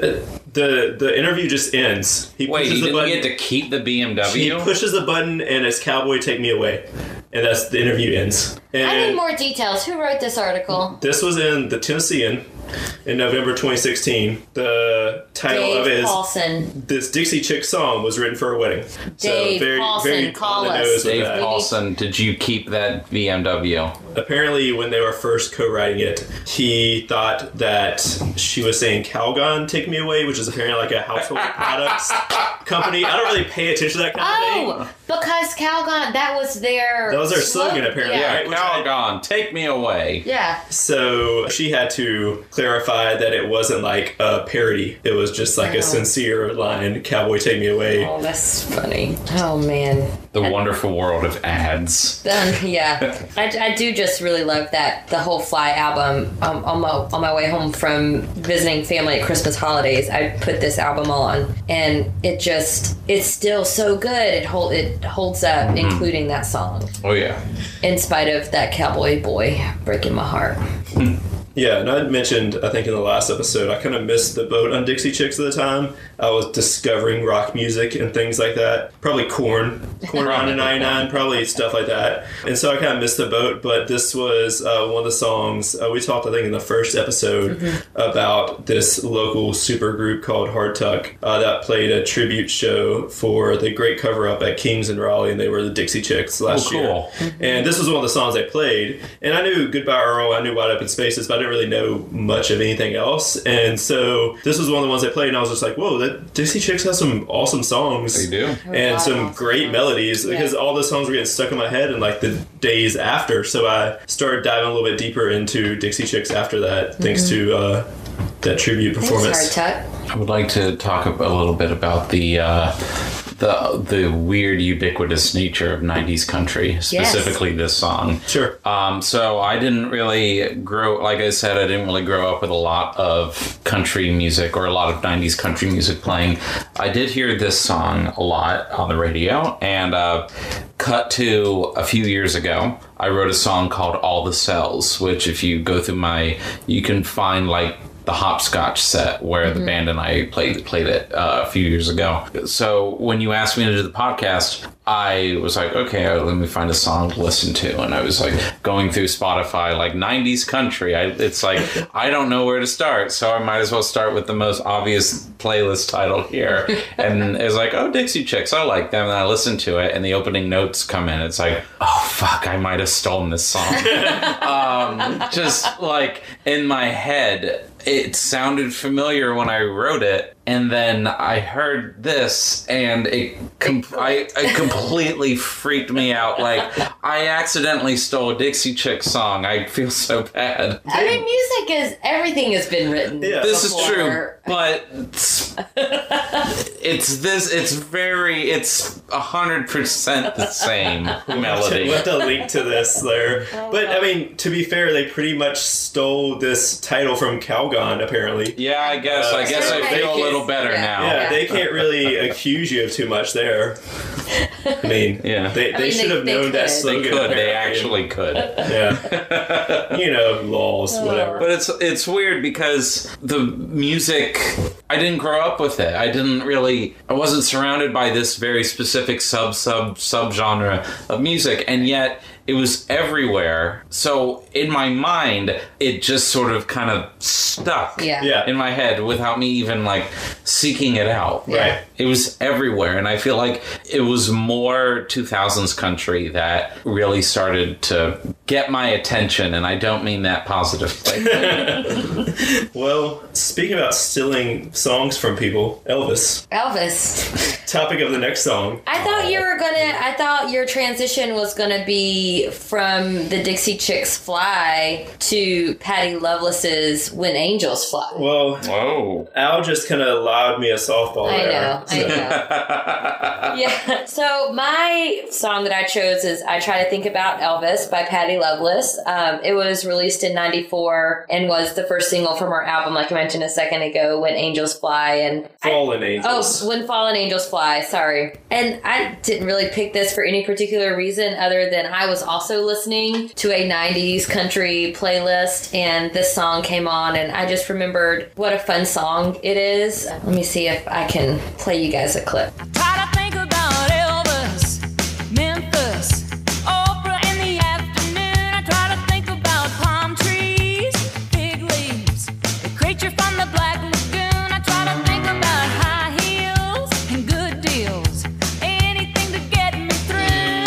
[SPEAKER 2] The the interview just ends. He
[SPEAKER 3] Wait,
[SPEAKER 2] pushes
[SPEAKER 3] he
[SPEAKER 2] the
[SPEAKER 3] didn't
[SPEAKER 2] button.
[SPEAKER 3] get to keep the
[SPEAKER 2] he
[SPEAKER 3] BMW?
[SPEAKER 2] pushes the button and it's cowboy take me away. And that's the interview ends. And
[SPEAKER 1] I need more details. Who wrote this article?
[SPEAKER 2] This was in the Tennessean in November 2016. The title
[SPEAKER 1] Dave
[SPEAKER 2] of it is
[SPEAKER 1] Paulson.
[SPEAKER 2] "This Dixie Chick Song Was Written for a Wedding."
[SPEAKER 1] Dave Paulson, call
[SPEAKER 2] on the
[SPEAKER 1] us.
[SPEAKER 2] nose with
[SPEAKER 3] Dave
[SPEAKER 2] that.
[SPEAKER 3] Paulson, did you keep that BMW?
[SPEAKER 2] Apparently, when they were first co-writing it, he thought that she was saying "Calgon, take me away," which is apparently like a household products company. I don't really pay attention to that kind of thing.
[SPEAKER 1] Oh, because Calgon, that was their.
[SPEAKER 2] That was their
[SPEAKER 1] slo-
[SPEAKER 2] slogan, apparently,
[SPEAKER 1] Yeah.
[SPEAKER 2] right?
[SPEAKER 3] Now gone, take me away.
[SPEAKER 1] Yeah.
[SPEAKER 2] So she had to clarify that it wasn't like a parody; it was just like
[SPEAKER 1] Wow.
[SPEAKER 2] a sincere line, "Cowboy, take me away."
[SPEAKER 1] Oh, that's funny. Oh, man.
[SPEAKER 3] The wonderful world of ads.
[SPEAKER 1] Um, yeah, I, I do just really love that the whole Fly album. Um, on my on my way home from visiting family at Christmas holidays, I put this album on, and it just it's still so good. It hold it holds up,
[SPEAKER 3] Mm-hmm.
[SPEAKER 1] including that song,
[SPEAKER 3] Oh, yeah.
[SPEAKER 1] in spite of that cowboy boy breaking my heart.
[SPEAKER 2] Yeah, and I had mentioned, I think in the last episode, I kind of missed the boat on Dixie Chicks at the time. I was discovering rock music and things like that. Probably corn, corn around in 99, probably stuff like that. And so I kind of missed the boat, but this was uh, one of the songs uh, we talked, I think, in the first episode
[SPEAKER 3] Mm-hmm.
[SPEAKER 2] about this local super group called Hard Tuck uh, that played a tribute show for the great cover up at Kings in Raleigh, and they were the Dixie Chicks last
[SPEAKER 3] Oh,
[SPEAKER 2] year.
[SPEAKER 3] cool.
[SPEAKER 2] And this was one of the songs I played. And I knew Goodbye Earl, I knew Wide Open Spaces, but I didn't really know much of anything else. And so this was one of the ones I played, and I was just like, whoa, that Dixie Chicks has some awesome songs.
[SPEAKER 3] They do.
[SPEAKER 2] And
[SPEAKER 1] Wow.
[SPEAKER 2] some great melodies because all those songs were getting stuck in my head in like the days after. So I started diving a little bit deeper into Dixie Chicks after that, thanks to uh, that tribute
[SPEAKER 1] Thanks, Hard
[SPEAKER 2] performance.
[SPEAKER 1] Tuck.
[SPEAKER 3] I would like to talk a a little bit about the uh, the the weird ubiquitous nature of '90s country, specifically this song.
[SPEAKER 2] Sure.
[SPEAKER 3] Um, so I didn't really grow, like I said, I didn't really grow up with a lot of country music or a lot of 90s country music playing. I did hear this song a lot on the radio, and uh, cut to a few years ago, I wrote a song called All the Cells, which, if you go through my, you can find like the hopscotch set where the band and I played played it uh, a few years ago. So when you asked me to do the podcast, I was like, okay, uh, let me find a song to listen to, and I was like going through Spotify, like '90s country. I, it's like I don't know where to start, so I might as well start with the most obvious playlist title here. And it was like, oh, Dixie Chicks, I like them, and I listened to it, and the opening notes come in. It's like, oh fuck, I might have stolen this song just like in my head it sounded familiar when i wrote it and then i heard this and it com- I, I completely freaked me out like i accidentally stole a dixie chick song i feel so bad
[SPEAKER 1] I mean, music is everything has been written.
[SPEAKER 2] Yeah.
[SPEAKER 3] this is true
[SPEAKER 1] before.
[SPEAKER 3] but it's, it's this it's very it's 100% the same melody
[SPEAKER 2] We'll have to link to this there.
[SPEAKER 1] Oh,
[SPEAKER 2] But I mean, to be fair, they pretty much stole this title from Calgon, apparently.
[SPEAKER 3] yeah i guess i guess i feel a little better
[SPEAKER 1] Yeah.
[SPEAKER 3] now
[SPEAKER 2] Yeah, they can't really accuse you of too much there. I mean,
[SPEAKER 3] Yeah.
[SPEAKER 2] they, they
[SPEAKER 1] mean,
[SPEAKER 2] should
[SPEAKER 1] they-
[SPEAKER 2] have
[SPEAKER 1] they
[SPEAKER 2] known that
[SPEAKER 1] could.
[SPEAKER 2] slogan.
[SPEAKER 3] They could. They
[SPEAKER 2] apparently.
[SPEAKER 3] actually could.
[SPEAKER 2] Yeah. you know,
[SPEAKER 1] Oh.
[SPEAKER 2] laws, whatever.
[SPEAKER 3] But it's it's weird because the music I didn't grow up with it. I didn't really I wasn't surrounded by this very specific sub sub sub genre of music and yet it was everywhere. So in my mind it just sort of kind of stuck
[SPEAKER 1] Yeah.
[SPEAKER 2] Yeah.
[SPEAKER 3] in my head without me even like seeking it out.
[SPEAKER 2] Right.
[SPEAKER 3] It was everywhere, and I feel like it was more 2000s country that really started to get my attention, and I don't mean that positively.
[SPEAKER 2] Well, speaking about stealing songs from people, Elvis,
[SPEAKER 1] Elvis.
[SPEAKER 2] topic of the next song.
[SPEAKER 1] I thought you were gonna. I thought your transition was gonna be from the Dixie Chicks fly to Patty Loveless's When Angels Fly.
[SPEAKER 2] Well,
[SPEAKER 3] oh.
[SPEAKER 2] Al just kind of lobbed me a softball
[SPEAKER 1] I
[SPEAKER 2] there.
[SPEAKER 1] know. I
[SPEAKER 2] so-
[SPEAKER 1] know. yeah. So my song that I chose is "I Try to Think About Elvis" by Patti Loveless. Um, it was released in '94 and was the first single from her album, like I mentioned a second ago, "When Angels Fly." And
[SPEAKER 2] Fallen Angels.
[SPEAKER 1] Oh, when fallen angels fly. Sorry, and I didn't really pick this for any particular reason other than I was also listening to a '90s country playlist, and this song came on, and I just remembered what a fun song it is. Let me see if I can play you guys a clip.
[SPEAKER 5] Try to think about Elvis, Memphis, Oprah in the afternoon. I try to think about palm trees, big leaves, the creature from the black lagoon. I try to think about high heels and good deals, anything to get me through.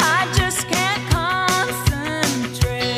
[SPEAKER 5] I just can't concentrate.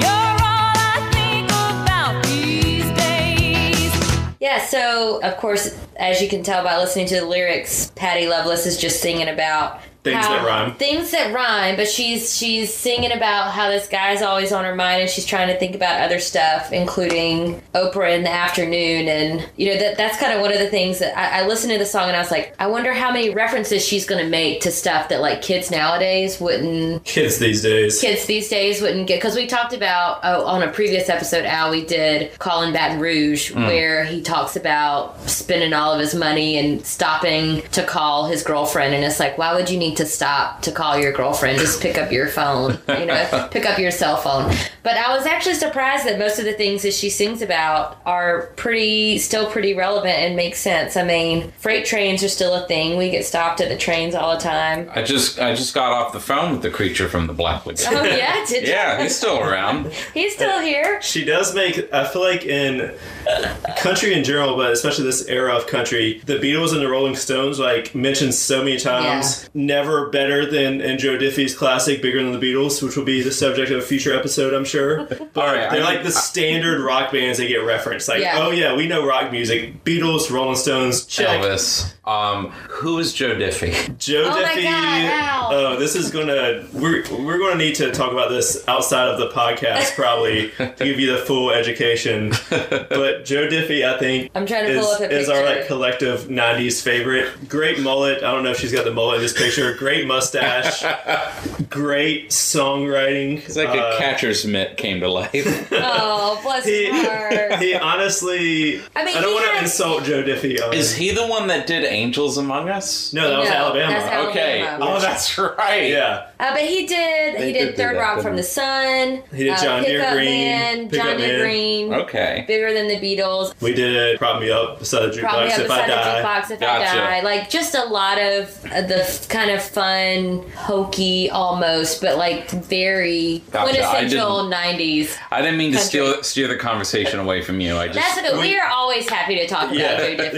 [SPEAKER 5] You're all I think about these days.
[SPEAKER 1] Yeah, so of course, as you can tell by listening to the lyrics, Patty Loveless is just singing about
[SPEAKER 2] Things that rhyme.
[SPEAKER 1] Things that rhyme, but she's she's singing about how this guy's always on her mind, and she's trying to think about other stuff, including Oprah in the afternoon, and you know that that's kind of one of the things that I, I listened to the song and I was like, I wonder how many references she's going to make to stuff that like kids nowadays wouldn't
[SPEAKER 2] Kids these days.
[SPEAKER 1] kids these days wouldn't get because we talked about oh, on a previous episode al we did colin baton rouge where he talks about spending all of his money and stopping to call his girlfriend and it's like why would you need to stop to call your girlfriend just pick up your phone you know pick up your cell phone but i was actually surprised that most of the things that she sings about are pretty still pretty relevant and make sense i mean freight trains are still a thing we get stopped at the trains all the time
[SPEAKER 3] I just I just got off the phone with the creature from the Black Lagoon.
[SPEAKER 1] oh yeah did you?
[SPEAKER 3] yeah, he's still around.
[SPEAKER 1] he's still here
[SPEAKER 2] She does make, I feel like in country in general, but especially this era of country, the Beatles and the Rolling Stones, like, mentioned so many times. never better than in Joe Diffie's classic "Bigger Than the Beatles," which will be the subject of a future episode, I'm sure. But
[SPEAKER 3] All right,
[SPEAKER 2] they're
[SPEAKER 3] I-
[SPEAKER 2] like the standard rock bands that get referenced. Like,
[SPEAKER 1] Yeah.
[SPEAKER 2] oh yeah, we know rock music: Beatles, Rolling Stones, check.
[SPEAKER 3] Elvis. Um, who is Joe Diffie?
[SPEAKER 2] Joe
[SPEAKER 1] Oh my
[SPEAKER 2] Diffie.
[SPEAKER 1] God, Al.
[SPEAKER 2] oh, this is gonna we're we're gonna need to talk about this outside of the podcast probably to give you the full education. But Joe Diffie, I think,
[SPEAKER 1] I'm trying to
[SPEAKER 2] is,
[SPEAKER 1] pull up a
[SPEAKER 2] is our
[SPEAKER 1] picture.
[SPEAKER 2] like collective '90s favorite. Great mullet. I don't know if she's got the mullet in this picture. Great mustache. great songwriting.
[SPEAKER 3] It's like
[SPEAKER 2] Uh,
[SPEAKER 3] a catcher's mitt came to life.
[SPEAKER 1] Oh, bless
[SPEAKER 2] He-
[SPEAKER 1] her.
[SPEAKER 2] He honestly,
[SPEAKER 1] I
[SPEAKER 2] I,
[SPEAKER 1] mean,
[SPEAKER 2] don't
[SPEAKER 1] he
[SPEAKER 2] want to
[SPEAKER 1] has-
[SPEAKER 2] insult Joe Diffie. um,
[SPEAKER 3] is he the one that did Angels Among Us?
[SPEAKER 2] no, that was
[SPEAKER 1] No,
[SPEAKER 2] Alabama.
[SPEAKER 1] that's Alabama.
[SPEAKER 3] Okay. Oh, that's right.
[SPEAKER 2] Yeah.
[SPEAKER 1] Uh, but he did. He
[SPEAKER 3] did
[SPEAKER 1] did
[SPEAKER 3] do
[SPEAKER 1] Third
[SPEAKER 3] that,
[SPEAKER 1] Rock
[SPEAKER 3] didn't
[SPEAKER 1] from
[SPEAKER 3] they?
[SPEAKER 1] the Sun.
[SPEAKER 2] He did
[SPEAKER 1] uh,
[SPEAKER 2] John Deere
[SPEAKER 1] Pickup
[SPEAKER 2] Green,
[SPEAKER 1] Man,
[SPEAKER 2] Pickup
[SPEAKER 1] John Deere
[SPEAKER 2] Man.
[SPEAKER 1] Green.
[SPEAKER 3] Okay.
[SPEAKER 1] Bigger than the Beatles.
[SPEAKER 2] We did prop me up beside the
[SPEAKER 1] Probably
[SPEAKER 2] jukebox
[SPEAKER 1] have
[SPEAKER 2] if I
[SPEAKER 1] beside the
[SPEAKER 2] die.
[SPEAKER 1] jukebox if I
[SPEAKER 3] Gotcha.
[SPEAKER 1] die. Like just a lot of uh, the f- kind of fun, hokey, almost, but like very
[SPEAKER 3] Gotcha, I
[SPEAKER 1] quintessential
[SPEAKER 3] didn't-
[SPEAKER 1] '90s.
[SPEAKER 3] I didn't mean to
[SPEAKER 1] Country.
[SPEAKER 3] steal steer the conversation away from you. I
[SPEAKER 1] That's
[SPEAKER 3] just
[SPEAKER 1] okay. We are always happy to talk about Joe
[SPEAKER 2] Yeah,
[SPEAKER 1] Diffie.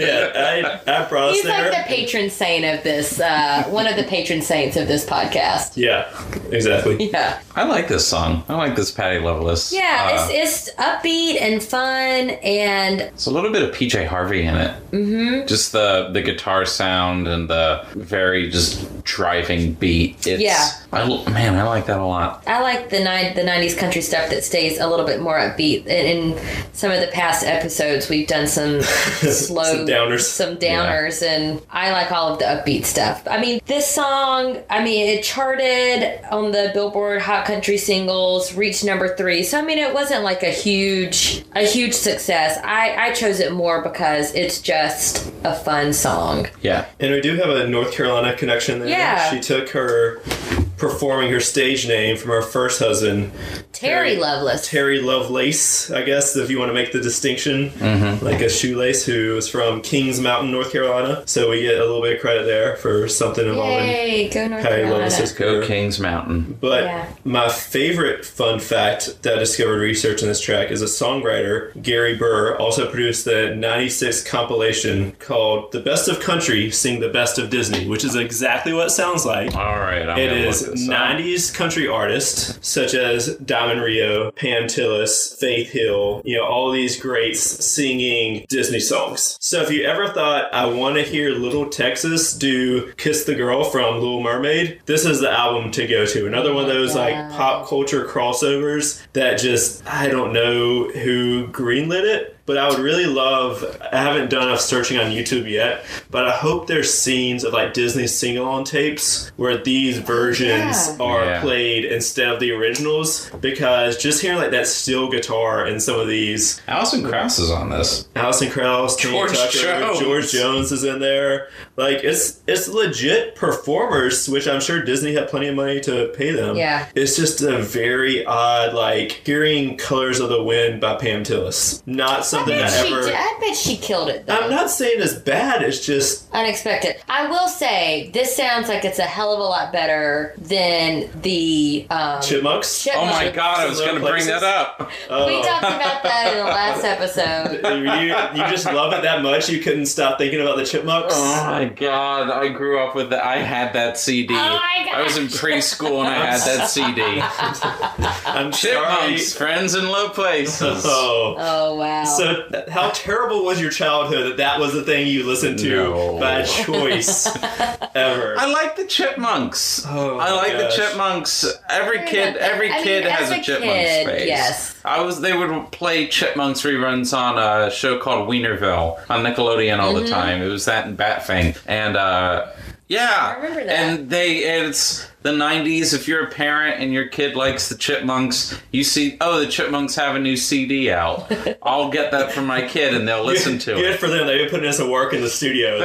[SPEAKER 2] yeah. I, I brought us
[SPEAKER 1] He's
[SPEAKER 2] there.
[SPEAKER 1] like the patron saint of this. Uh, one of the patron saints of this podcast.
[SPEAKER 2] yeah, exactly.
[SPEAKER 1] Yeah.
[SPEAKER 3] I like this song. I like this Patty Loveless.
[SPEAKER 1] Yeah,
[SPEAKER 3] Uh,
[SPEAKER 1] it's, it's upbeat and fun, and
[SPEAKER 3] It's a little bit of PJ Harvey in it. Mm-hmm. Just the the guitar sound and the very just driving beat. It's,
[SPEAKER 1] Yeah.
[SPEAKER 3] I, l- man, I like that a lot.
[SPEAKER 1] I like the ni- the '90s country stuff that stays a little bit more upbeat. In, in some of the past episodes, we've done some slow
[SPEAKER 2] Some downers.
[SPEAKER 1] some downers, and I like all of the upbeat stuff. I mean, this song, I mean, it charted on the Billboard Hot Country Singles, reached number three. So I mean, it wasn't like a huge a huge success. I I chose it more because it's just a fun song.
[SPEAKER 3] Yeah.
[SPEAKER 2] And we do have a North Carolina connection there.
[SPEAKER 1] Yeah.
[SPEAKER 2] She took her performing her stage name from her first husband,
[SPEAKER 1] Terry,
[SPEAKER 2] Terry-
[SPEAKER 1] Loveless.
[SPEAKER 2] Terry Lovelace, I guess, if you want to make the distinction, like a shoelace who is from Kings Mountain, North Carolina. So we get a little bit of credit there for something involving
[SPEAKER 1] Yay, go North
[SPEAKER 2] Patty
[SPEAKER 1] Carolina.
[SPEAKER 2] Loveless's
[SPEAKER 3] Go
[SPEAKER 2] career.
[SPEAKER 3] Kings Mountain.
[SPEAKER 2] But
[SPEAKER 1] Yeah.
[SPEAKER 2] my favorite fun fact that I discovered researching this track is a songwriter, Gary Burr, also produced the 96 compilation called The Best of Country Sing the Best of Disney, which is exactly what it sounds like.
[SPEAKER 3] All right. I'm
[SPEAKER 2] It
[SPEAKER 3] gonna
[SPEAKER 2] is
[SPEAKER 3] look this up.
[SPEAKER 2] 90s country artists such as Diamond Rio, Pam Tillis, Faith Hill, you know, all these greats singing Disney songs. So if you ever thought, I want to hear Little Texas do Kiss the Girl from Little Mermaid, this is the album to go to. Another one of those like
[SPEAKER 1] Wow.
[SPEAKER 2] pop culture crossovers that just, I don't know who greenlit it. But I would really love. I haven't done enough searching on YouTube yet, but I hope there's scenes of like Disney sing-along tapes where these versions
[SPEAKER 1] Yeah.
[SPEAKER 2] are
[SPEAKER 3] Yeah.
[SPEAKER 2] played instead of the originals because just hearing like that steel guitar in some of these
[SPEAKER 3] Alison Krauss is on this.
[SPEAKER 2] Allison Krauss, Tony
[SPEAKER 3] George
[SPEAKER 2] Tucker,
[SPEAKER 3] Jones.
[SPEAKER 2] George Jones is in there. Like it's it's legit performers, which I'm sure Disney had plenty of money to pay them.
[SPEAKER 1] Yeah.
[SPEAKER 2] It's just a very odd like hearing Colors of the Wind by Pam Tillis. Not
[SPEAKER 1] I
[SPEAKER 2] something
[SPEAKER 1] bet
[SPEAKER 2] that
[SPEAKER 1] she
[SPEAKER 2] ever
[SPEAKER 1] did. I bet she killed it though.
[SPEAKER 2] I'm not saying it's bad, it's just
[SPEAKER 1] Unexpected. I will say this sounds like it's a hell of a lot better than the um,
[SPEAKER 2] chipmunks.
[SPEAKER 1] Chipmunk.
[SPEAKER 3] Oh my God! I was
[SPEAKER 2] Similar
[SPEAKER 3] going to bring
[SPEAKER 2] places.
[SPEAKER 3] that up.
[SPEAKER 1] We
[SPEAKER 2] Oh.
[SPEAKER 1] talked about that in the last episode.
[SPEAKER 2] you, you just love it that much you couldn't stop thinking about the chipmunks.
[SPEAKER 3] Oh my god, I grew up with that. I had that
[SPEAKER 1] Oh,
[SPEAKER 3] CD.
[SPEAKER 1] my
[SPEAKER 3] I was in preschool and I had that CD.
[SPEAKER 2] I'm sorry.
[SPEAKER 3] Chipmunks, friends in low places.
[SPEAKER 2] Oh.
[SPEAKER 1] Oh wow.
[SPEAKER 2] So, th- how terrible was your childhood that that was the thing you listened to
[SPEAKER 3] No.
[SPEAKER 2] by choice ever?
[SPEAKER 3] I like the chipmunks.
[SPEAKER 2] Oh,
[SPEAKER 3] I like
[SPEAKER 2] gosh.
[SPEAKER 3] the chipmunks. Every
[SPEAKER 1] They're
[SPEAKER 3] kid,
[SPEAKER 1] not bad.
[SPEAKER 3] every
[SPEAKER 1] I mean,
[SPEAKER 3] kid
[SPEAKER 1] as
[SPEAKER 3] has
[SPEAKER 1] a
[SPEAKER 3] a chipmunks
[SPEAKER 1] kid,
[SPEAKER 3] face.
[SPEAKER 1] yes.
[SPEAKER 3] I was. They would play chipmunks reruns on a show called Wienerville on Nickelodeon all
[SPEAKER 1] Mm-hmm.
[SPEAKER 3] the time. It was that and Batfang, and uh, yeah,
[SPEAKER 1] I remember that.
[SPEAKER 3] And they, and it's the '90s. If you're a parent and your kid likes the chipmunks, you see, oh, the chipmunks have a new CD out. I'll get that for my kid, and they'll listen to
[SPEAKER 2] Good
[SPEAKER 3] it.
[SPEAKER 2] for them. They've been putting in some work in the studio.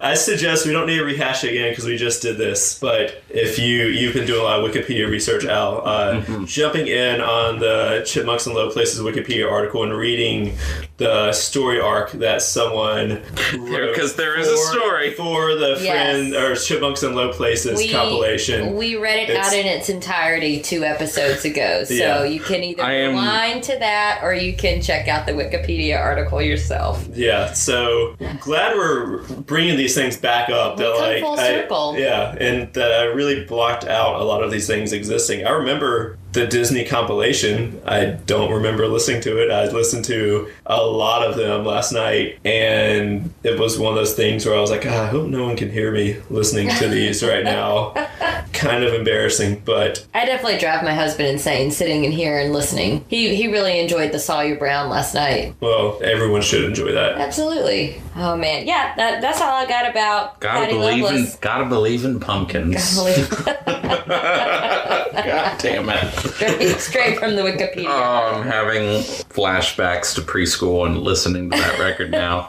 [SPEAKER 2] I suggest we don't need to rehash it again because we just did this. But if you you've been doing a lot of Wikipedia research, Al, uh,
[SPEAKER 3] Mm-hmm.
[SPEAKER 2] jumping in on the Chipmunks and Low Places Wikipedia article and reading the story arc that someone wrote
[SPEAKER 3] 'cause there is a
[SPEAKER 2] for-
[SPEAKER 3] story.
[SPEAKER 2] for the
[SPEAKER 1] Yes.
[SPEAKER 2] friend or Chipmunks and Low Places
[SPEAKER 1] we
[SPEAKER 2] fiction.
[SPEAKER 1] We read it
[SPEAKER 2] It's-
[SPEAKER 1] out in its entirety two episodes ago, so
[SPEAKER 2] Yeah.
[SPEAKER 1] you can either
[SPEAKER 3] I am-
[SPEAKER 1] align to that or you can check out the Wikipedia article yourself.
[SPEAKER 2] yeah, so glad we're bringing these things back up. That
[SPEAKER 1] come
[SPEAKER 2] like,
[SPEAKER 1] full
[SPEAKER 2] I-
[SPEAKER 1] circle.
[SPEAKER 2] yeah, and that I really blocked out a lot of these things existing. I remember the Disney compilation. I don't remember listening to it. I listened to a lot of them last night, and it was one of those things where I was like, "Ah, I hope no one can hear me listening to these right now. kind of embarrassing, but
[SPEAKER 1] I definitely drive my husband insane sitting in here and listening. He he really enjoyed the Sawyer Brown last night.
[SPEAKER 2] well, everyone should enjoy that.
[SPEAKER 1] Absolutely. Oh man, yeah. That, that's all I got about
[SPEAKER 3] Gotta
[SPEAKER 1] Patty
[SPEAKER 3] believe in
[SPEAKER 1] Loveless.
[SPEAKER 3] gotta believe in pumpkins. God damn it.
[SPEAKER 1] straight, straight from the Wikipedia.
[SPEAKER 3] Oh, I'm having flashbacks to preschool and listening to that record now.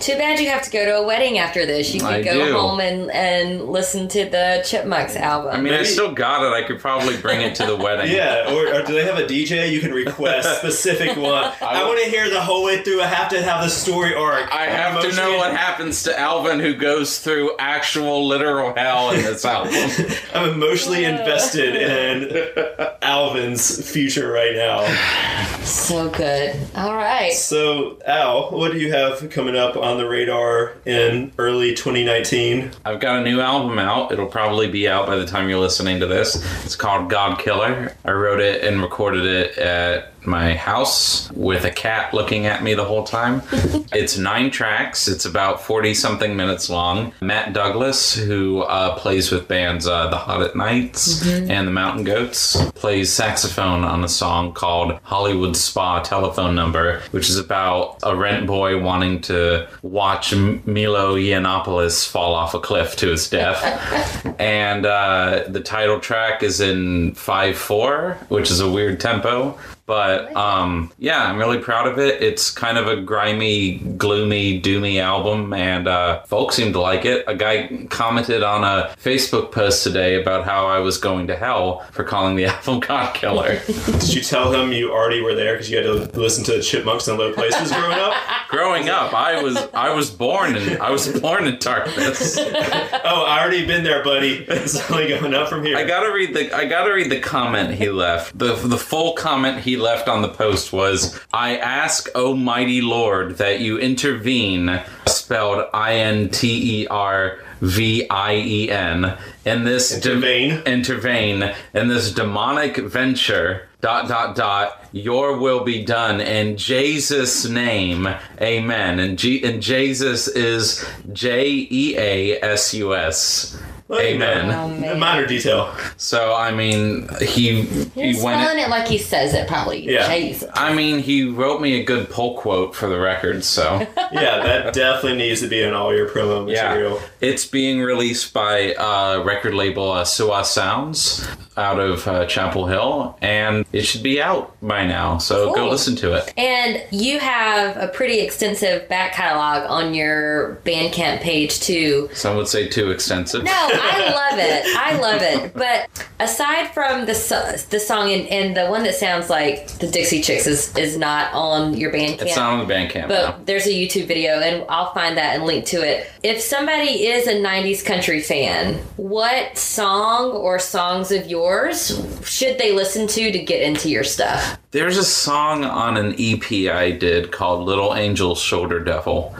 [SPEAKER 1] Too bad you have to go to a wedding after this. You could
[SPEAKER 3] I
[SPEAKER 1] go
[SPEAKER 3] do.
[SPEAKER 1] home and, and listen to the Chipmunks album.
[SPEAKER 3] I mean, I
[SPEAKER 2] Maybe-
[SPEAKER 3] still got it. I could probably bring it to the wedding.
[SPEAKER 2] Yeah, or, or do they have a DJ? You can request specific one. I, want to hear the whole way through. I have to have the story arc.
[SPEAKER 3] I have to know what happens to Alvin who goes through actual literal hell in this album.
[SPEAKER 2] I'm emotionally invested in Alvin's future right now.
[SPEAKER 1] so good. All right.
[SPEAKER 2] So, Al, what do you have coming up on the radar in early 2019?
[SPEAKER 3] I've got a new album out. It'll probably be out by the time you're listening to this. It's called God Killer. I wrote it and recorded it at my house with a cat looking at me the whole time. it's nine tracks. It's about 40 something minutes long. Matt Douglas, who uh, plays with bands uh, The Hot at Nights and The Mountain Goats, plays saxophone on a song called Hollywood Spa Telephone Number, which is about a rent boy wanting to watch M- Milo Yiannopoulos fall off a cliff to his death. and uh, the title track is in 5 4, which is a weird tempo. But um, yeah, I'm really proud of it. It's kind of a grimy, gloomy, doomy album, and uh, folks seem to like it. A guy commented on a Facebook post today about how I was going to hell for calling the album God Killer.
[SPEAKER 2] Did you tell him you already were there because you had to listen to Chipmunks in Low Places growing up?
[SPEAKER 3] Growing up, I was I was born in I was born in darkness.
[SPEAKER 2] Oh, I already been there, buddy. It's only going up from here.
[SPEAKER 3] I gotta read the I gotta read the comment he left. The the full comment he left on the post was I ask, O mighty Lord, that you intervene spelled I N T E R V I E N in this
[SPEAKER 2] Intervene.
[SPEAKER 3] intervene in this demonic venture dot dot dot your will be done in jesus name amen and, G- and jesus is E j-e-a-s-u-s amen
[SPEAKER 1] Oh, man.
[SPEAKER 2] Minor detail.
[SPEAKER 3] so I mean, he
[SPEAKER 1] You're
[SPEAKER 3] he
[SPEAKER 1] spelling
[SPEAKER 3] went.
[SPEAKER 1] it like he says it, probably.
[SPEAKER 2] Yeah.
[SPEAKER 1] Jesus.
[SPEAKER 3] I mean, he wrote me a good pull quote for the record. So
[SPEAKER 2] yeah, that definitely needs to be in all your promo material.
[SPEAKER 3] yeah, it's being released by uh, record label uh, Suwa Sounds out of uh, Chapel Hill, and it should be out by now. So go
[SPEAKER 1] Cool.
[SPEAKER 3] listen to it.
[SPEAKER 1] And you have a pretty extensive back catalog on your Bandcamp page, too.
[SPEAKER 3] Some would say too extensive.
[SPEAKER 1] No, I love it. I love it. But aside from the so- the song and, and the one that sounds like the Dixie Chicks is, is not on your Bandcamp.
[SPEAKER 3] It's not on the Bandcamp.
[SPEAKER 1] But
[SPEAKER 3] now.
[SPEAKER 1] there's a YouTube video, and I'll find that and link to it. If somebody is a 90s country fan, what song or songs of yours should they listen to to get into your stuff?
[SPEAKER 3] There's a song on an EP I did called Little Angel Shoulder Devil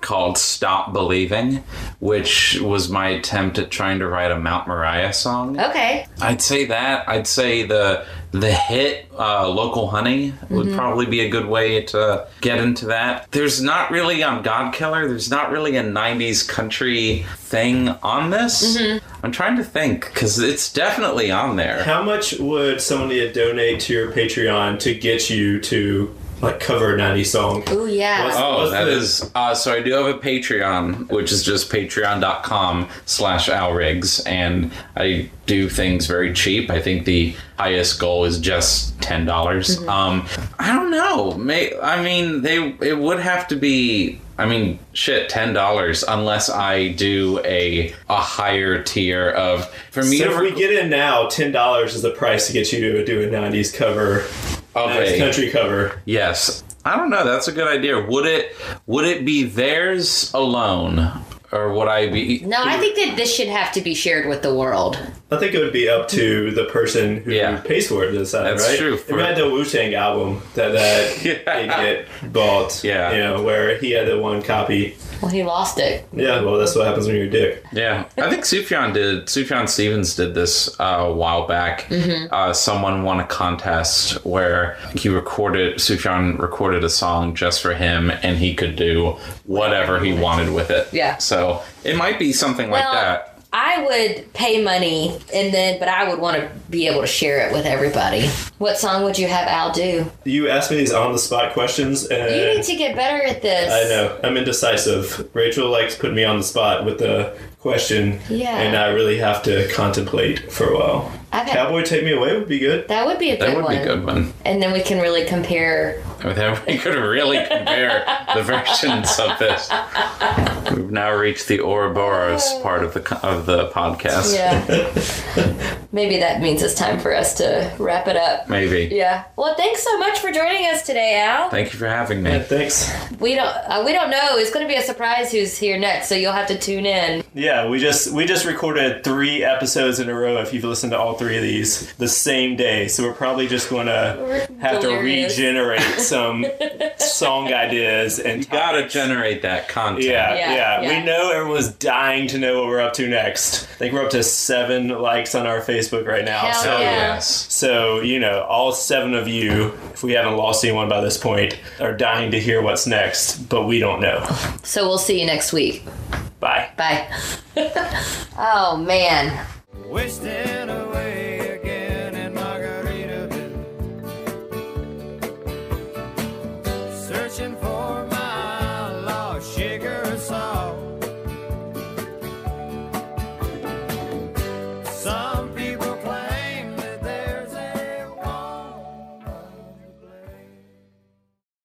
[SPEAKER 3] called Stop Believing, which was my attempt at trying to write a Mount Moriah song.
[SPEAKER 1] Okay.
[SPEAKER 3] I'd say that. I'd say the the hit uh, local honey would probably be a good way to get into that. There's not really on God Killer. There's not really a '90s country thing on this. I'm trying to think because it's definitely on there.
[SPEAKER 2] How much would somebody donate to your Patreon to get you to like cover a 90 song?
[SPEAKER 1] Ooh, yeah.
[SPEAKER 2] What's-
[SPEAKER 3] Oh,
[SPEAKER 2] what's
[SPEAKER 3] that
[SPEAKER 2] the-
[SPEAKER 3] is uh, so. I do have a Patreon, which is just patreon.com/slash alrigs, and I do things very cheap. I think the highest goal is just ten dollars.
[SPEAKER 2] Mm-hmm.
[SPEAKER 3] Um, I don't know. May, I mean, they it would have to be. I mean, shit, ten dollars unless I do a a higher tier of for me
[SPEAKER 2] So
[SPEAKER 3] to
[SPEAKER 2] if we get in now, ten dollars is the price to get you to do a 90s cover,
[SPEAKER 3] of
[SPEAKER 2] 90s
[SPEAKER 3] a-
[SPEAKER 2] country cover.
[SPEAKER 3] Yes. I don't know. That's a good idea. Would it would it be theirs alone? or would I be?
[SPEAKER 1] No, I think that this should have to be shared with the world.
[SPEAKER 2] I think it would be up to the person who
[SPEAKER 3] Yeah.
[SPEAKER 2] pays for it to decide,
[SPEAKER 3] That's
[SPEAKER 2] right?
[SPEAKER 3] true.
[SPEAKER 2] If I had the Wu Tang album that that idiot bought,
[SPEAKER 3] Yeah.
[SPEAKER 2] you know, where he had the one copy.
[SPEAKER 1] Well, he lost it.
[SPEAKER 2] Yeah, well, that's what happens when you're a dick.
[SPEAKER 3] Yeah, I think Sufjan did. Sufjan Stevens did this uh, a while back.
[SPEAKER 1] Mm-hmm.
[SPEAKER 3] Uh, someone won a contest where he recorded Sufjan recorded a song just for him, and he could do whatever he wanted with it.
[SPEAKER 1] Yeah.
[SPEAKER 3] So it might be something like
[SPEAKER 1] Well,
[SPEAKER 3] that.
[SPEAKER 1] I would pay money and then, but I would want to be able to share it with everybody. What song would you have Al do?
[SPEAKER 2] You ask me these on the spot questions, and
[SPEAKER 1] You need to get better at this.
[SPEAKER 2] I know I'm indecisive. Rachel likes putting me on the spot with the question,
[SPEAKER 1] Yeah.
[SPEAKER 2] and I really have to contemplate for a while.
[SPEAKER 1] I've had-
[SPEAKER 2] Cowboy Take Me Away would be good.
[SPEAKER 1] That would be a good
[SPEAKER 3] That would
[SPEAKER 1] one.
[SPEAKER 3] be a good one.
[SPEAKER 1] And then we can really compare.
[SPEAKER 3] That we could really compare the versions of this. We've now reached the Ouroboros part of the co- of the podcast.
[SPEAKER 1] Yeah. Maybe that means it's time for us to wrap it up.
[SPEAKER 3] Maybe.
[SPEAKER 1] Yeah. Well, thanks so much for joining us today, Al.
[SPEAKER 3] Thank you for having me.
[SPEAKER 2] Yeah, thanks.
[SPEAKER 1] We don't uh, we don't know. It's going to be a surprise who's here next, so you'll have to tune in.
[SPEAKER 2] Yeah, we just we just recorded three episodes in a row. If you've listened to all three of these the same day, so we're probably just going to
[SPEAKER 1] We're
[SPEAKER 2] have
[SPEAKER 1] delirious.
[SPEAKER 2] to regenerate some song ideas and
[SPEAKER 3] Gotta
[SPEAKER 2] topics.
[SPEAKER 3] generate that content.
[SPEAKER 2] Yeah,
[SPEAKER 1] Yeah,
[SPEAKER 2] yeah,
[SPEAKER 1] yeah.
[SPEAKER 2] We know everyone's dying to know what we're up to next. I think we're up to seven likes on our Facebook right now.
[SPEAKER 1] Hell
[SPEAKER 2] so,
[SPEAKER 3] Oh,
[SPEAKER 1] Yeah.
[SPEAKER 3] yes.
[SPEAKER 2] so you know, all seven of you, if we haven't lost anyone by this point, are dying to hear what's next, but we don't know.
[SPEAKER 1] So we'll see you next week.
[SPEAKER 2] Bye.
[SPEAKER 1] Bye. oh man.
[SPEAKER 4] Wasting away again in Margaritaville. Searching for